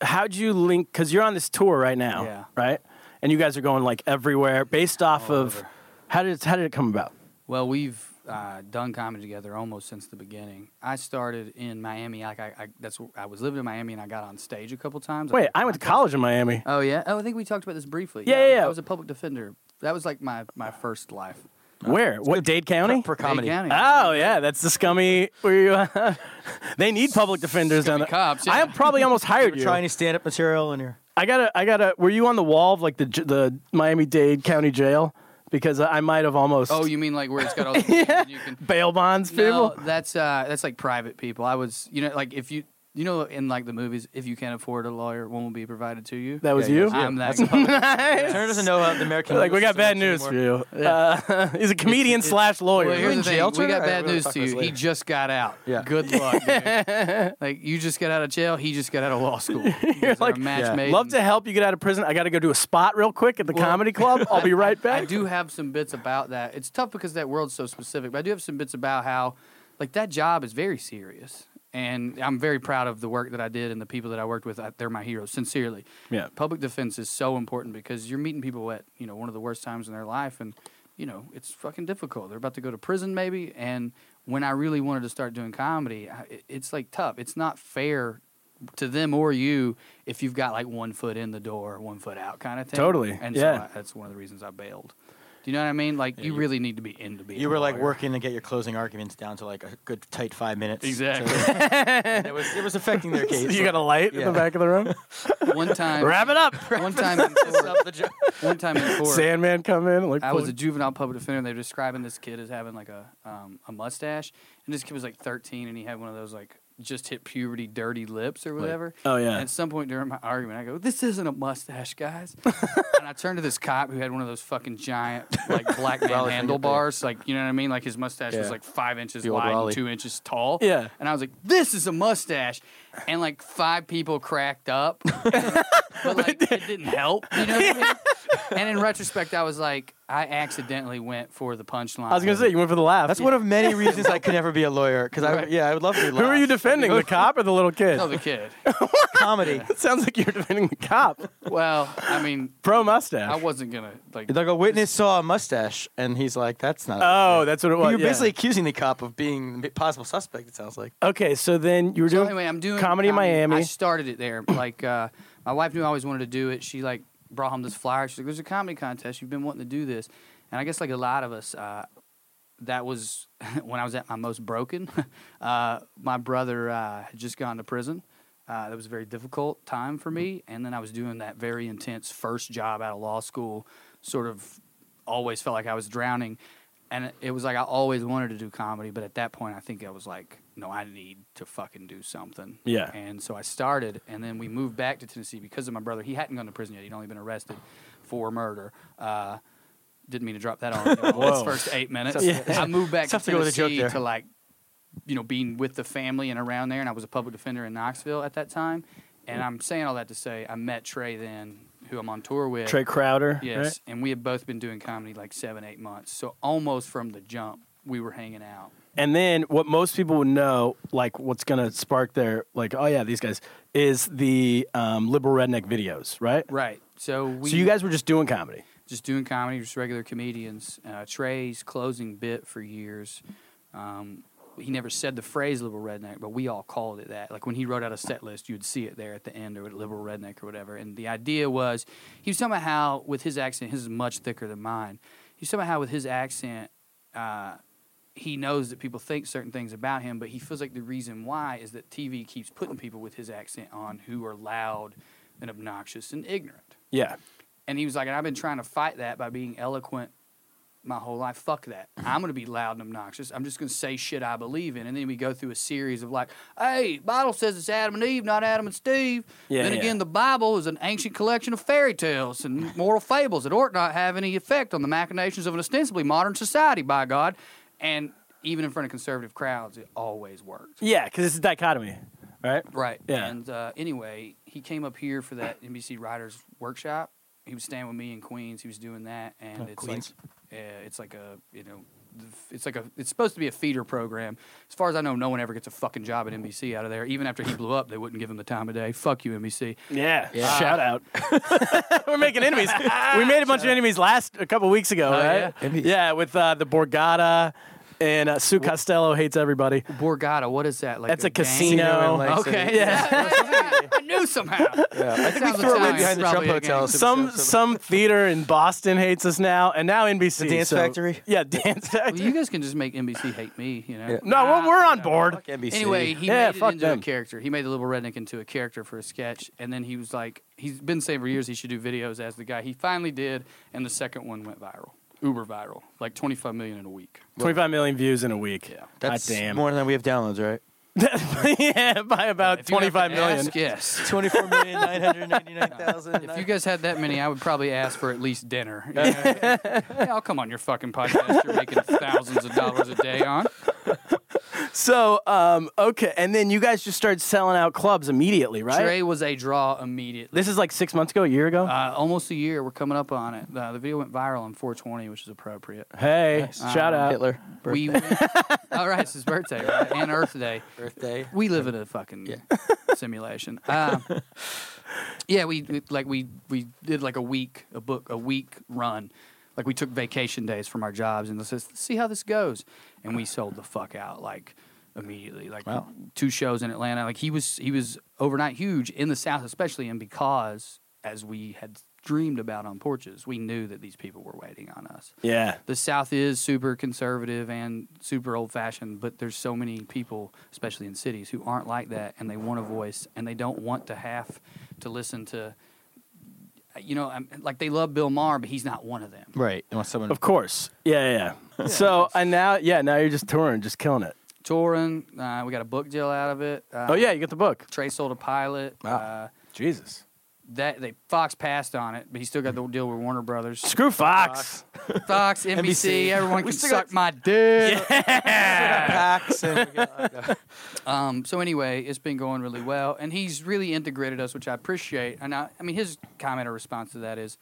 Speaker 2: How'd you link? Because you're on this tour right now,
Speaker 5: Yeah.
Speaker 2: right? And you guys are going like everywhere, based off of how did how did it come about?
Speaker 5: Well, we've uh, done comedy together almost since the beginning. I started in Miami. Like I, I that's wh- I was living in Miami, and I got on stage a couple times.
Speaker 2: Wait, I went to college in Miami.
Speaker 5: Oh yeah. Oh, I think we talked about this briefly.
Speaker 2: Yeah, yeah, yeah.
Speaker 5: I was a public defender. That was like my my first life.
Speaker 2: Where? What? Dade County.
Speaker 3: For comedy.
Speaker 5: County.
Speaker 2: Oh yeah, that's the scummy. Where you? they need public defenders down
Speaker 5: Scummy
Speaker 2: there.
Speaker 5: cops,
Speaker 2: I
Speaker 5: yeah.
Speaker 2: probably almost hired you.
Speaker 3: Try any stand-up material in your
Speaker 2: I gotta, I gotta. Were you on the wall of like the j- the Miami Dade County Jail? Because I might have almost.
Speaker 5: Oh, you mean like where it's got all the yeah. you can
Speaker 2: bail bonds
Speaker 5: No,
Speaker 2: people.
Speaker 5: that's uh that's like private people. I was you know like if you you know in like the movies if you can't afford a lawyer, one will be provided to you.
Speaker 2: That was
Speaker 3: Yeah,
Speaker 2: you.
Speaker 5: I'm that
Speaker 3: Turner doesn't know
Speaker 2: uh,
Speaker 3: how the American.
Speaker 2: like we
Speaker 3: legal
Speaker 2: got bad
Speaker 3: system
Speaker 2: news for
Speaker 3: anymore.
Speaker 2: you. Uh, he's a comedian slash lawyer.
Speaker 5: Well,
Speaker 3: in
Speaker 5: here's the thing.
Speaker 3: jail,
Speaker 5: We
Speaker 3: Turner?
Speaker 5: got
Speaker 3: I-
Speaker 5: bad
Speaker 3: we'll
Speaker 5: news
Speaker 3: talk
Speaker 5: to
Speaker 3: about
Speaker 5: you.
Speaker 3: this
Speaker 5: He
Speaker 3: later.
Speaker 5: just got out.
Speaker 3: Yeah.
Speaker 5: Good luck, dude. like you just got out of jail. He just got out of law school. You guys are a
Speaker 2: like,
Speaker 5: match
Speaker 3: yeah.
Speaker 5: made.
Speaker 2: Love to help you get out of prison. I got to go do a spot real quick at the comedy club. I'll be right back.
Speaker 5: I do have some bits about that. It's tough because that world's so specific, but I do have some bits about how, like, that job is very serious. And I'm very proud of the work that I did and the people that I worked with. I, they're my heroes, sincerely.
Speaker 2: Yeah.
Speaker 5: Public defense is so important because you're meeting people at, you know, one of the worst times in their life. And, you know, it's fucking difficult. They're about to go to prison, maybe. And when I really wanted to start doing comedy, I, it- it's like tough. It's not fair to them or you if you've got like one foot in the door, one foot out kind of thing.
Speaker 2: Totally.
Speaker 5: And
Speaker 2: Yeah.
Speaker 5: so I, that's one of the reasons I bailed. Do you know what I mean? Like you, really need to be into being.
Speaker 3: You
Speaker 5: a
Speaker 3: were like
Speaker 5: lawyer.
Speaker 3: working to get your closing arguments down to like a good tight five minutes.
Speaker 5: Exactly.
Speaker 3: So- and it was it was affecting their case.
Speaker 2: you got a light in
Speaker 3: Yeah.
Speaker 2: the back of the room.
Speaker 5: one time.
Speaker 2: Wrap it up.
Speaker 5: One time in court.
Speaker 3: Up the jo-
Speaker 5: One time in court.
Speaker 2: Sandman come in. Like
Speaker 5: I was a juvenile public defender. and They were describing this kid as having like a um, a mustache, and this kid was like 13, and he had one of those like just hit puberty, dirty lips or whatever.
Speaker 2: Oh, yeah.
Speaker 5: And at some point during my argument, I go, "This isn't a mustache, guys." and I turned to this cop who had one of those fucking giant like black man handlebars, like you know what I mean? Like his mustache was like five inches
Speaker 3: old
Speaker 5: wide
Speaker 3: Raleigh.
Speaker 5: and two inches tall.
Speaker 2: Yeah.
Speaker 5: And I was like, "This is a mustache," and like five people cracked up but like it didn't help. You know what I mean? And in retrospect, I was like, I accidentally went for the punchline.
Speaker 2: I was gonna say you went for the laugh.
Speaker 3: That's one of many reasons I could never be a lawyer because I yeah I would love to be.
Speaker 2: Who are you defending? The cop or the little kid?
Speaker 5: no, the kid.
Speaker 3: Comedy.
Speaker 2: Sounds like you're defending the cop.
Speaker 5: Well, I mean,
Speaker 2: Pro
Speaker 5: I
Speaker 2: mustache.
Speaker 5: wasn't gonna like.
Speaker 3: Like a witness saw a mustache and he's like, "That's not."
Speaker 2: oh, that's what it was.
Speaker 3: You're
Speaker 2: yeah.
Speaker 3: basically accusing the cop of being the possible suspect. It sounds like.
Speaker 2: okay. So then you were
Speaker 5: So
Speaker 2: doing.
Speaker 5: anyway, I'm doing
Speaker 2: comedy in Miami.
Speaker 5: I started it there. Like uh, my wife knew I always wanted to do it. She like brought home this flyer. She's like, "There's a comedy contest. You've been wanting to do this." And I guess like a lot of us, uh, that was when I was at my most broken. uh, my brother uh, had just gone to prison. Uh, that was a very difficult time for me. And then I was doing that very intense first job out of law school. Sort of always felt like I was drowning. And it was like I always wanted to do comedy, but at that point, I think I was like, no, I need to fucking do something.
Speaker 2: Yeah.
Speaker 5: And so I started, and then we moved back to Tennessee because of my brother. He hadn't gone to prison yet, he'd only been arrested for murder. Uh, didn't mean to drop that on him in his first eight minutes. Uh, I moved back to
Speaker 3: Tough to go with a joke
Speaker 5: Tennessee
Speaker 3: there.
Speaker 5: to like, you know, being with the family and around there. And I was a public defender in Knoxville at that time. And I'm saying all that to say I met Trey then, who I'm on tour with.
Speaker 2: Trey Crowder.
Speaker 5: Yes,
Speaker 2: right?
Speaker 5: and we had both been doing comedy like seven, eight months. So almost from the jump, we were hanging out.
Speaker 2: And then what most people would know, like what's gonna spark their like, oh yeah, these guys, is the um, liberal redneck videos, right?
Speaker 5: Right. So we
Speaker 2: so you guys were just doing comedy.
Speaker 5: just doing comedy, just regular comedians. Uh, Trey's closing bit for years. Um, he never said the phrase liberal redneck, but we all called it that. Like when he wrote out a set list, you'd see it there at the end or at liberal redneck or whatever. And the idea was he was talking about how, with his accent, his is much thicker than mine. He was talking about how, with his accent, uh, he knows that people think certain things about him, but he feels like the reason why is that TV keeps putting people with his accent on who are loud and obnoxious and ignorant.
Speaker 2: Yeah.
Speaker 5: And he was like, and I've been trying to fight that by being eloquent my whole life. Fuck that. I'm going to be loud and obnoxious. I'm just going to say shit I believe in. And then we go through a series of like, hey, Bible says it's Adam and Eve, not Adam and Steve.
Speaker 2: Yeah,
Speaker 5: then
Speaker 2: yeah.
Speaker 5: again, the Bible is an ancient collection of fairy tales and moral fables that ought not have any effect on the machinations of an ostensibly modern society, by God. And even in front of conservative crowds, it always worked.
Speaker 2: Yeah, because it's a dichotomy, right?
Speaker 5: Right.
Speaker 2: Yeah.
Speaker 5: And uh, anyway, he came up here for that NBC Writers Workshop. He was staying with me in Queens. He was doing that,
Speaker 2: Oh,
Speaker 5: and it's
Speaker 3: Queens.
Speaker 5: like, uh, it's like a you know, the f- it's like a it's supposed to be a feeder program. As far as I know, no one ever gets a fucking job at NBC out of there. Even after he blew up, they wouldn't give him the time of day. Fuck you, NBC.
Speaker 2: Yeah. Shout out. We're making enemies. we made a bunch of enemies last a couple weeks ago, right? Yeah, with uh, the Borgata and uh, Sue Costello hates everybody.
Speaker 5: Borgata, what is that like?
Speaker 2: That's a
Speaker 5: gang?
Speaker 2: casino.
Speaker 5: Okay,
Speaker 2: Yeah.
Speaker 5: I knew somehow. Yeah, I think we
Speaker 3: threw it right behind the Trump Hotel.
Speaker 2: Some some theater in Boston hates us now, and now NBC.
Speaker 3: The Dance
Speaker 2: so-
Speaker 3: Factory?
Speaker 2: Yeah, Dance Factory.
Speaker 5: Well, you guys can just make NBC hate me, you know.
Speaker 2: no, we're, we're on board.
Speaker 3: Fuck NBC.
Speaker 5: Anyway, he
Speaker 2: Yeah,
Speaker 5: made it
Speaker 2: fuck
Speaker 5: into
Speaker 2: them.
Speaker 5: a character. He made the little redneck into a character for a sketch, and then he was like, he's been saying for years he should do videos as the guy. He finally did, and the second one went viral, uber viral, like 25 million in a week.
Speaker 2: 25 million views in a week. Yeah.
Speaker 3: that's
Speaker 2: damn.
Speaker 3: more than we have downloads, right?
Speaker 2: yeah, by about
Speaker 5: If you have to
Speaker 2: 25 million.
Speaker 5: ask, yes.
Speaker 3: Twenty-four million nine hundred ninety-nine thousand.
Speaker 5: If you guys had that many, I would probably ask for at least dinner. you know? yeah, I'll come on your fucking podcast. You're making thousands of dollars a day on.
Speaker 2: So, um, okay, and then you guys just started selling out clubs immediately, right?
Speaker 5: Trey was a draw immediately.
Speaker 2: This is like six months ago, a year ago.
Speaker 5: Uh, almost a year. We're coming up on it. Uh, the video went viral on 420, which is appropriate.
Speaker 2: hey, shout out.
Speaker 3: Hitler
Speaker 5: We all right, it's his birthday right? and Earth Day.
Speaker 3: birthday.
Speaker 5: We live in a fucking simulation. Um, yeah, we we- like we we did like a week a book a week run. Like we took vacation days from our jobs and says see how this goes, and we sold the fuck out like immediately. Like two shows in Atlanta. Like he was he was overnight huge in the South, especially and because as we had dreamed about on porches, we knew that these people were waiting on us
Speaker 2: Yeah.
Speaker 5: the South is super conservative and super old fashioned, but there's so many people, especially in cities, who aren't like that and they want a voice and they don't want to have to listen to, you know, I'm- like they love Bill Maher, but he's not one of them.
Speaker 3: Right. Unless someone.
Speaker 2: Of course. Yeah, yeah, yeah. so, and now, yeah, now you're just touring, just killing it.
Speaker 5: Touring, uh, we got a book deal out of it. Uh,
Speaker 2: oh, yeah, you get the book.
Speaker 5: Trey sold a pilot.
Speaker 2: Wow.
Speaker 5: Uh,
Speaker 2: Jesus.
Speaker 5: that they Fox passed on it, but he still got the deal with Warner Brothers.
Speaker 2: Screw Fox.
Speaker 5: Fox, NBC, everyone can
Speaker 3: still
Speaker 5: suck
Speaker 3: got-
Speaker 5: my dick.
Speaker 3: packs and we got-
Speaker 5: Um, so anyway, it's been going really well, and he's really integrated us, which I appreciate. And I, I mean, his comment or response to that is,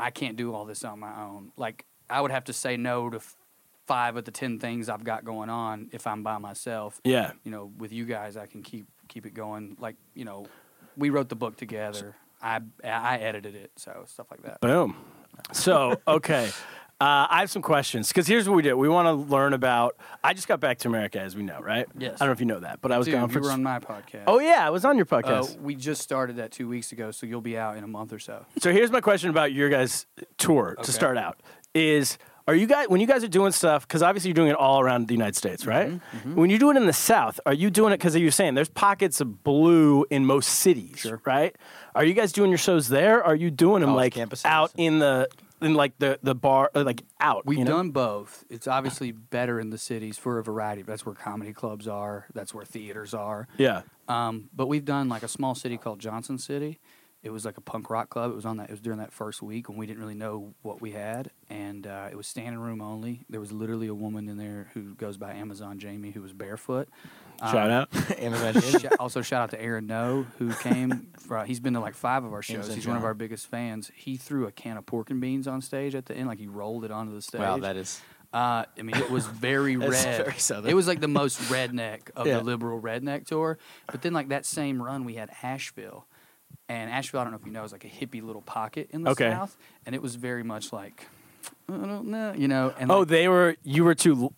Speaker 5: "I can't do all this on my own. Like, I would have to say no to f- five of the ten things I've got going on if I'm by myself.
Speaker 2: Yeah.
Speaker 5: You know, with you guys, I can keep keep it going. Like, you know, we wrote the book together. I I edited it, so stuff like that.
Speaker 2: Boom. So, okay. Uh, I have some questions because here's what we did. We want to learn about. I just got back to America, as we know, right?
Speaker 5: Yes.
Speaker 2: I don't know if you know that, but I was
Speaker 5: Dude,
Speaker 2: going
Speaker 5: you
Speaker 2: for.
Speaker 5: were on my podcast.
Speaker 2: oh yeah, I was on your
Speaker 5: Uh,
Speaker 2: podcast.
Speaker 5: we just started that two weeks ago, so you'll be out in a month or so.
Speaker 2: So here's my question about your guys' tour to
Speaker 5: Okay.
Speaker 2: start out: Is are you guys when you guys are doing stuff? Because obviously you're doing it all around the United
Speaker 3: Mm-hmm,
Speaker 2: States, right? When you do it in the South, are you doing it because you're saying there's pockets of blue in most cities, right? Are you guys doing your shows there? Are you doing them
Speaker 3: College
Speaker 2: like
Speaker 3: campuses
Speaker 2: out
Speaker 3: and-
Speaker 2: in the in like the the bar or, like out?
Speaker 5: We've
Speaker 2: you know?
Speaker 5: done both. It's obviously better in the cities for a variety. That's where comedy clubs are. That's where theaters are.
Speaker 2: Yeah.
Speaker 5: Um, but we've done like a small city called Johnson City. It was like a punk rock club. It was on that. It was during that first week when we didn't really know what we had, and uh, it was standing room only. There was literally a woman in there who goes by Amazon Jamie, who was barefoot.
Speaker 3: Uh,
Speaker 2: Shout out.
Speaker 3: Amazon Jim.
Speaker 5: Sh- also, shout out to Aaron No, who came. For, he's been to like five of our shows.
Speaker 3: Amazon
Speaker 5: He's one of
Speaker 3: John.
Speaker 5: our biggest fans. He threw a can of pork and beans on stage at the end, like he rolled it onto the stage.
Speaker 3: Wow, that is.
Speaker 5: Uh, I mean, it was very
Speaker 3: That's
Speaker 5: red.
Speaker 3: very southern.
Speaker 5: it was like the most redneck of
Speaker 3: Yeah.
Speaker 5: the liberal redneck tour. But then, like that same run, we had Asheville, and Asheville. I don't know if you know, is like a hippie little pocket in the
Speaker 2: Okay.
Speaker 5: South, and it was very much like I don't know, you know. And
Speaker 2: Oh,
Speaker 5: like,
Speaker 2: they were you were too l-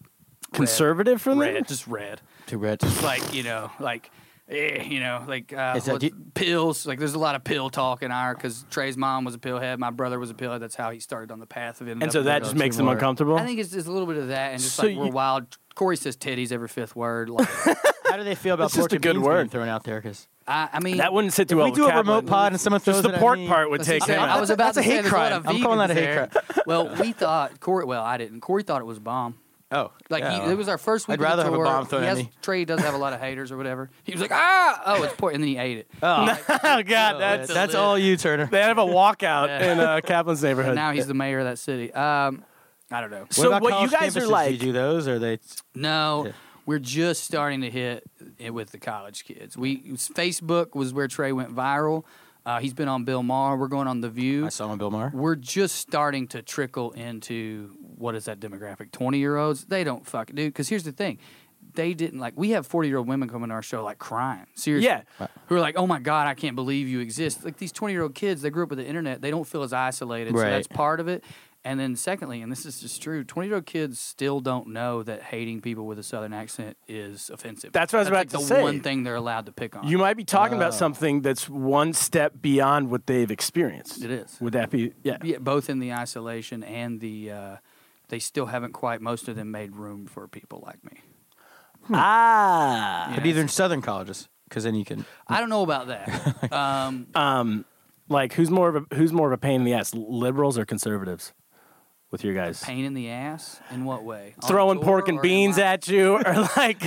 Speaker 2: conservative for them.
Speaker 5: red, just red,
Speaker 3: Too red.
Speaker 5: like you know, like. eh, you know, like uh,
Speaker 3: Is that-
Speaker 5: what-
Speaker 3: do you-
Speaker 5: pills. Like, there's a lot of pill talk in our because Trey's mom was a pill head. My brother was a pill head. That's how he started on the path of ending
Speaker 2: And
Speaker 5: up
Speaker 2: so
Speaker 5: in
Speaker 2: that
Speaker 5: the-
Speaker 2: just makes them
Speaker 3: more.
Speaker 2: uncomfortable.
Speaker 5: I think it's just a little bit of that, and just
Speaker 2: So
Speaker 5: like we're
Speaker 2: you-
Speaker 5: wild. Corey says titties every fifth word. Like,
Speaker 3: How do they feel about
Speaker 2: It's just
Speaker 3: pork
Speaker 2: a
Speaker 3: and
Speaker 2: good
Speaker 3: beans
Speaker 2: word.
Speaker 3: being thrown out there? Because
Speaker 5: I, I mean,
Speaker 2: That wouldn't sit too
Speaker 3: If
Speaker 2: well.
Speaker 3: we
Speaker 2: with
Speaker 3: do a
Speaker 2: Kaplan.
Speaker 3: remote pod and someone
Speaker 2: just
Speaker 3: throws
Speaker 2: the
Speaker 3: it at
Speaker 2: pork
Speaker 3: me-
Speaker 2: part would
Speaker 5: let's
Speaker 2: take
Speaker 5: see,
Speaker 2: him
Speaker 5: I, I
Speaker 2: out.
Speaker 5: was
Speaker 3: That's a-
Speaker 5: about
Speaker 3: that's
Speaker 5: to
Speaker 3: a
Speaker 5: say
Speaker 3: hate
Speaker 5: there's a lot
Speaker 3: crime.
Speaker 5: of
Speaker 3: I'm calling
Speaker 5: vegans
Speaker 3: that a hate
Speaker 5: there.
Speaker 3: crime.
Speaker 5: well, we thought Corey. Well, I didn't. Corey thought it was a bomb.
Speaker 3: oh,
Speaker 5: Like
Speaker 3: yeah,
Speaker 5: he-
Speaker 3: well.
Speaker 5: it was our first week.
Speaker 3: I'd
Speaker 5: of the
Speaker 3: rather have a
Speaker 5: tour.
Speaker 3: bomb thrown
Speaker 5: he
Speaker 3: at
Speaker 5: has,
Speaker 3: me.
Speaker 5: Trey does have a lot of haters or whatever. He was like, ah, oh, it's pork, and then he ate it.
Speaker 2: oh God,
Speaker 3: Uh, that's,
Speaker 2: that's
Speaker 3: that's all you, Turner.
Speaker 2: they have a walkout in uh, Kaplan's neighborhood.
Speaker 5: And now he's the mayor of that city. Um, I don't know.
Speaker 2: so
Speaker 3: about
Speaker 2: what you
Speaker 3: college
Speaker 2: guys are
Speaker 3: campuses? Do
Speaker 2: like?
Speaker 3: you do those? Or they?
Speaker 5: No, we're just starting to hit it with the college kids. We Facebook was where Trey went viral. Uh, he's been on Bill Maher. We're going on The View.
Speaker 3: I saw him on Bill Maher.
Speaker 5: We're just starting to trickle into what is that demographic? Twenty year olds. They don't fuck dude. Because here's the thing, they didn't like. We have forty year old women coming to our show like crying, seriously.
Speaker 2: Yeah.
Speaker 5: Who are like, oh my god, I can't believe you exist. Like these twenty year old kids, they grew up with the internet. They don't feel as isolated. So
Speaker 3: Right.
Speaker 5: that's part of it. And then secondly, and this is just true, twenty year old kids still don't know that hating people with a southern accent is offensive.
Speaker 2: That's what I was about
Speaker 5: like
Speaker 2: to
Speaker 5: the
Speaker 2: say.
Speaker 5: one thing they're allowed to pick on.
Speaker 2: You might be talking about something that's one step beyond what they've experienced.
Speaker 5: It is.
Speaker 2: Would that be? Yeah.
Speaker 5: yeah, both in the isolation and the uh, they still haven't quite most of them made room for people like me.
Speaker 2: Ah.
Speaker 3: But either in Southern colleges, because then you can.
Speaker 5: I don't know about that. um,
Speaker 2: Uh, Like who's more of a who's more of a pain in the ass, liberals or conservatives? With your guys
Speaker 5: pain in the ass in what way? On
Speaker 2: throwing
Speaker 5: tour
Speaker 2: pork
Speaker 5: or
Speaker 2: and
Speaker 5: in
Speaker 2: beans
Speaker 5: life?
Speaker 2: at you, or like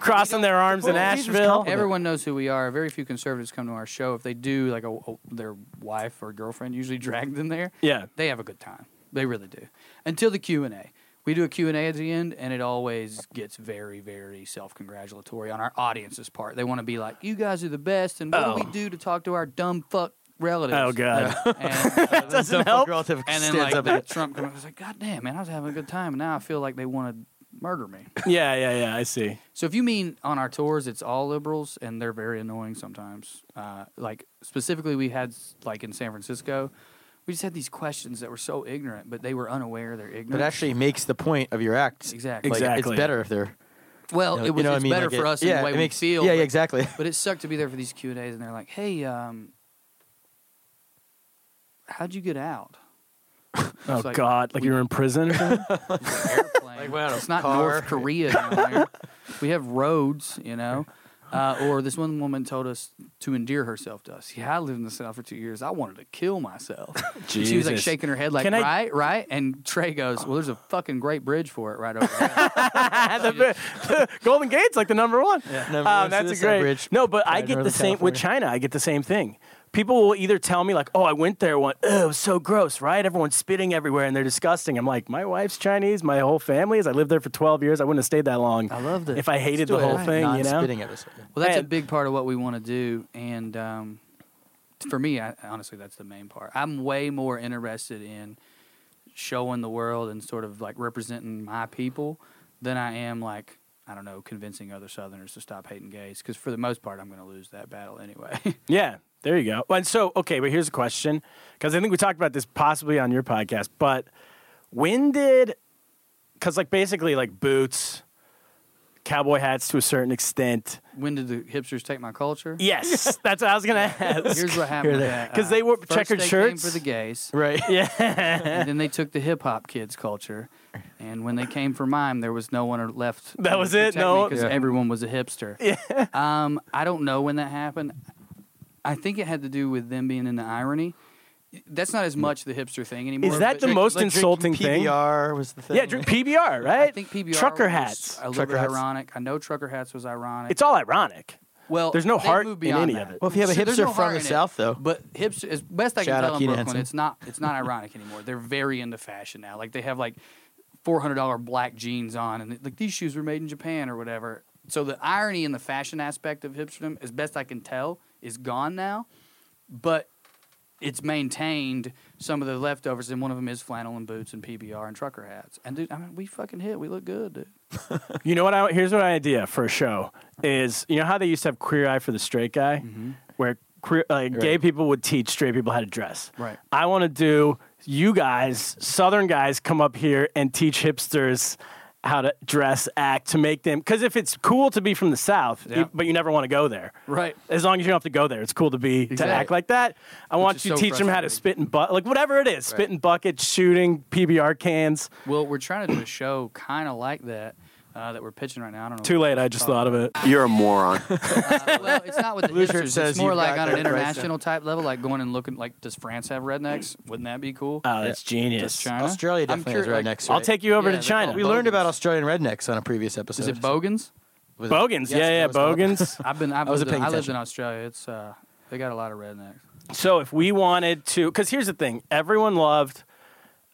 Speaker 2: crossing their arms in
Speaker 3: Well, Jesus,
Speaker 2: Asheville.
Speaker 3: come on.
Speaker 5: Everyone knows who we are. Very few conservatives come to our show. If they do, like a, a- their wife or girlfriend usually dragged them there.
Speaker 2: Yeah.
Speaker 5: they have a good time. They really do. Until the Q and A. We do a Q and A at the end, and it always gets very, very self-congratulatory on our audience's part. They want to be like, "You guys are the best," and what do
Speaker 2: Oh.
Speaker 5: we do to talk to our dumb fuck relatives?
Speaker 2: Oh god.
Speaker 5: And,
Speaker 2: Doesn't
Speaker 3: Some
Speaker 2: help.
Speaker 3: relative
Speaker 5: and then
Speaker 3: stands
Speaker 5: like
Speaker 3: up
Speaker 5: the
Speaker 3: and-
Speaker 5: Trump comes, I was like, "God damn, man, I was having a good time, and now I feel like they want to murder me."
Speaker 2: Yeah, yeah, yeah. I see.
Speaker 5: So if you mean on our tours, it's all liberals, and they're very annoying sometimes. Uh, like specifically, we had like in San Francisco, we just had these questions that were so ignorant, but they were unaware they're ignorant.
Speaker 3: But actually makes the point of your act.
Speaker 5: Exactly.
Speaker 3: Like,
Speaker 2: Exactly.
Speaker 3: It's better if they're.
Speaker 5: well, it was
Speaker 3: what
Speaker 5: it's better
Speaker 3: Like
Speaker 5: for
Speaker 3: it-
Speaker 5: us in
Speaker 3: yeah,
Speaker 5: the way
Speaker 3: it
Speaker 5: we
Speaker 3: makes,
Speaker 5: feel.
Speaker 3: Yeah, yeah,
Speaker 5: but-
Speaker 3: exactly.
Speaker 5: But it sucked to be there for these Q and A's, and they're like, "Hey, um, how'd you get out?"
Speaker 2: Oh
Speaker 5: like,
Speaker 2: god, like you were in prison. Or something?
Speaker 5: airplane.
Speaker 3: went on a
Speaker 5: it's not
Speaker 3: car.
Speaker 5: North Korea down there. we have roads, you know. Uh, or this one woman told us to endear herself to us. Yeah, I lived in the South for two years. I wanted to kill myself. She was like
Speaker 2: Jesus.
Speaker 5: shaking her head, like,
Speaker 2: Can I-
Speaker 5: right, right. And Trey goes, Well, there's a fucking great bridge for it right over there.
Speaker 2: The- the Golden Gate's like the number one.
Speaker 3: Number
Speaker 2: Um,
Speaker 3: one
Speaker 2: that's a
Speaker 3: suicide
Speaker 2: great.
Speaker 3: bridge.
Speaker 2: No, but I
Speaker 3: Right,
Speaker 2: get the
Speaker 3: Northern
Speaker 2: same with China. I get the same thing. People will either tell me like, "Oh, I went there. One, Ugh, it was so gross, right? Everyone's spitting everywhere, and they're disgusting." I'm like, "My wife's Chinese. My whole family is. I lived there for 12 years. I wouldn't have stayed that long.
Speaker 5: I loved it.
Speaker 2: If I hated the whole thing, you know."
Speaker 3: Non-spitting episode.
Speaker 5: Well, that's a
Speaker 2: Man.
Speaker 5: big part of what we want to do, and um, for me, I, honestly, that's the main part. I'm way more interested in showing the world and sort of like representing my people than I am like I don't know convincing other Southerners to stop hating gays because for the most part, I'm going to lose that battle anyway.
Speaker 2: Yeah, there you go. And so, okay, but here's a question because I think we talked about this possibly on your podcast, but when did, because like basically like boots, cowboy hats to a certain extent.
Speaker 5: when did the hipsters take my culture?
Speaker 2: Yes, that's what I was gonna ask.
Speaker 5: Here's what happened. to that. uh,
Speaker 2: 'Cause they wore
Speaker 5: first
Speaker 2: checkered
Speaker 5: they
Speaker 2: shirts.
Speaker 5: came for the gays.
Speaker 3: Right.
Speaker 5: and then they took the hip hop kids culture, and when they came for mime, there was no one left.
Speaker 2: That was it, no-
Speaker 5: because
Speaker 2: Yeah.
Speaker 5: everyone was a hipster. Yeah. Um, I don't know when that happened. I think it had to do with them being into irony. That's not
Speaker 3: Mm.
Speaker 5: as much the hipster thing anymore.
Speaker 2: Is that
Speaker 5: but
Speaker 2: the most
Speaker 3: Like
Speaker 2: insulting
Speaker 3: drinking
Speaker 2: thing?
Speaker 3: PBR was the thing.
Speaker 2: Yeah, drink PBR, right?
Speaker 5: I think PBR
Speaker 2: trucker
Speaker 5: was
Speaker 2: hats.
Speaker 5: A little
Speaker 3: Trucker
Speaker 5: bit
Speaker 3: hats.
Speaker 5: ironic. I know trucker hats was ironic.
Speaker 2: It's all ironic.
Speaker 5: well,
Speaker 2: there's no
Speaker 5: they've
Speaker 2: heart
Speaker 5: moved
Speaker 2: in
Speaker 5: beyond
Speaker 2: any
Speaker 5: that.
Speaker 2: of it.
Speaker 3: Well, if you have a
Speaker 5: So there's
Speaker 3: hipster
Speaker 5: no
Speaker 3: from
Speaker 5: heart
Speaker 3: the
Speaker 5: in it.
Speaker 3: South, though,
Speaker 5: But hipster, as best I can
Speaker 3: Shout out
Speaker 5: tell in
Speaker 3: Keenan
Speaker 5: Brooklyn,
Speaker 3: Henson.
Speaker 5: it's not it's not ironic anymore. They're very into fashion now. Like they have like four hundred dollar black jeans on, and like these shoes were made in Japan or whatever. So the irony in the fashion aspect of hipsterdom, as best I can tell, is gone now. But it's maintained some of the leftovers, and one of them is flannel and boots and PBR and trucker hats. And dude, I mean, we fucking hit. We look good, dude.
Speaker 2: You know what? I, here's what I idea for a show is you know how they used to have queer eye for the straight guy,
Speaker 5: Mm-hmm.
Speaker 2: where queer, like gay people would teach straight people how to dress.
Speaker 5: Right.
Speaker 2: I want to do you guys, Southern guys, come up here and teach hipsters how to dress, act to make them. Because if it's cool to be from the South, you-
Speaker 5: Yeah.
Speaker 2: but you never want to go there.
Speaker 5: Right.
Speaker 2: As long as you don't have to go there, it's cool to be to
Speaker 5: Exactly.
Speaker 2: act like that. I want
Speaker 5: is
Speaker 2: you to
Speaker 5: so
Speaker 2: teach them how to
Speaker 5: frustrating.
Speaker 2: spit and butt, like whatever it is, spit and bucket, shooting, PBR cans.
Speaker 5: Well, we're trying to do a show kind of like that. uh, that we're pitching right now. I don't know.
Speaker 2: Too late. I just thought of it.
Speaker 6: You're a moron.
Speaker 5: Uh, well, it's not with the
Speaker 3: Blue shirt
Speaker 5: hipsters.
Speaker 3: says
Speaker 5: It's more
Speaker 3: you've
Speaker 5: like
Speaker 3: got
Speaker 5: on
Speaker 3: that
Speaker 5: an
Speaker 3: right there.
Speaker 5: international type level, like going and looking. Like, does France have rednecks? Wouldn't that be cool?
Speaker 2: Oh, that's
Speaker 5: does
Speaker 2: genius.
Speaker 5: China?
Speaker 3: Australia
Speaker 5: I'm
Speaker 3: definitely
Speaker 5: curi- like,
Speaker 3: has rednecks.
Speaker 2: I'll
Speaker 3: right?
Speaker 2: take you over
Speaker 5: Yeah,
Speaker 2: to
Speaker 5: they're
Speaker 2: China.
Speaker 5: called
Speaker 3: We learned
Speaker 5: Bogans.
Speaker 3: about Australian rednecks on a previous episode.
Speaker 5: Is it Bogans?
Speaker 3: Was it-
Speaker 2: Bogans.
Speaker 3: Yes,
Speaker 2: yeah, yeah,
Speaker 3: that was called.
Speaker 2: Bogans.
Speaker 5: I've been. I've
Speaker 3: I wasn't
Speaker 5: lived in,
Speaker 3: paying
Speaker 5: I lived
Speaker 3: attention.
Speaker 5: in Australia. It's uh, they got a lot of rednecks.
Speaker 2: So if we wanted to, because here's the thing, everyone loved,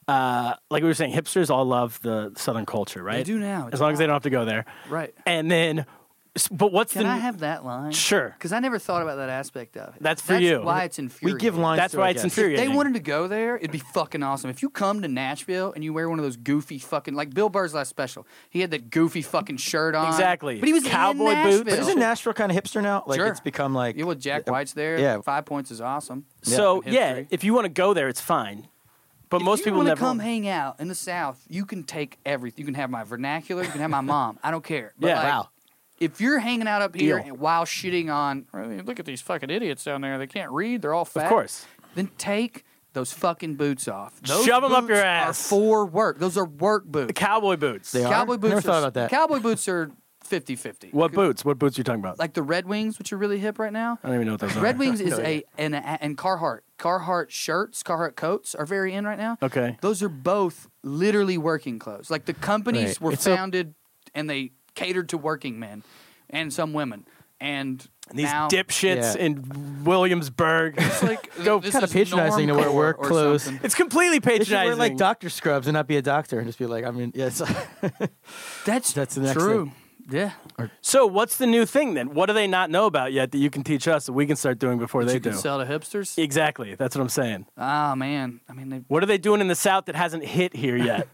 Speaker 2: uh, like we were saying, hipsters all love the Southern culture, right?
Speaker 5: do now.
Speaker 2: as long as they don't have to go there.
Speaker 5: Right.
Speaker 2: And then, s- but what's
Speaker 5: Can
Speaker 2: the?
Speaker 5: I have that line?
Speaker 2: Sure.
Speaker 5: Because I never thought about that aspect of it.
Speaker 2: That's for you.
Speaker 5: Why it's
Speaker 3: We
Speaker 5: infuriating.
Speaker 3: give lines.
Speaker 2: that's
Speaker 3: to
Speaker 2: why
Speaker 3: our
Speaker 2: it's
Speaker 3: guests.
Speaker 5: If they
Speaker 2: infuriating.
Speaker 5: wanted to go there, it'd be fucking awesome. If you come to Nashville and you wear one of those goofy fucking like Bill Burr's last special, he had that goofy fucking shirt on.
Speaker 2: Exactly.
Speaker 5: But he was
Speaker 2: Cowboy
Speaker 5: in
Speaker 2: boots.
Speaker 5: Nashville.
Speaker 3: Isn't Nashville kind of hipster now? Like
Speaker 5: Sure.
Speaker 3: it's become like
Speaker 5: Yeah, well, Jack White's there.
Speaker 3: yeah.
Speaker 5: Five points is awesome.
Speaker 2: so
Speaker 5: History.
Speaker 2: yeah, if you want to go there, it's fine. But
Speaker 5: If
Speaker 2: most
Speaker 5: you
Speaker 2: people
Speaker 5: wanna
Speaker 2: never.
Speaker 5: come hang out in the South. You can take everything. You can have my vernacular. You can have my mom. I don't care. But
Speaker 2: Yeah.
Speaker 5: like,
Speaker 2: Wow.
Speaker 5: If you're hanging out up here
Speaker 3: Deal.
Speaker 5: and while shitting on, "Well, look at these fucking idiots down there. They can't read. They're all fat.
Speaker 2: of course.
Speaker 5: Then take those fucking boots off. Those
Speaker 2: Shove 'em up
Speaker 5: boots
Speaker 2: your ass.
Speaker 5: Are for work. Those are work boots.
Speaker 2: The cowboy boots.
Speaker 3: They are?
Speaker 5: Cowboy boots.
Speaker 3: Never
Speaker 5: are,
Speaker 3: thought about that.
Speaker 5: Cowboy boots are 50-50.
Speaker 2: What boots? What boots are you talking about?
Speaker 5: Like the Red Wings, which are really hip right now.
Speaker 2: I don't even know what those are.
Speaker 5: Red Wings is a and and Carhartt Carhartt shirts, Carhartt coats are very in right now.
Speaker 2: Okay.
Speaker 5: Those are both literally working clothes. Like the companies
Speaker 3: Right.
Speaker 5: were
Speaker 3: It's a-
Speaker 5: founded and they catered to working men and some women. And
Speaker 2: These
Speaker 5: now,
Speaker 2: dipshits
Speaker 3: Yeah.
Speaker 2: in Williamsburg.
Speaker 5: It's like
Speaker 2: go
Speaker 5: this
Speaker 3: kinda
Speaker 5: is
Speaker 3: patronizing to wear
Speaker 5: normcore
Speaker 3: work
Speaker 5: or
Speaker 3: clothes.
Speaker 5: something.
Speaker 2: it's completely
Speaker 3: They should
Speaker 2: patronizing.
Speaker 3: wear like doctor scrubs and not be a doctor and just be like, I mean, yes,
Speaker 5: That's
Speaker 3: That's the next
Speaker 5: true. Yeah.
Speaker 2: so what's the new thing then? What do they not know about yet that you can teach us that we can Uh, start doing before they
Speaker 5: you
Speaker 2: do?
Speaker 5: can sell to hipsters.
Speaker 2: Exactly. That's what I'm saying.
Speaker 5: Ah man. I mean they
Speaker 2: What are they doing in the South that hasn't hit here yet?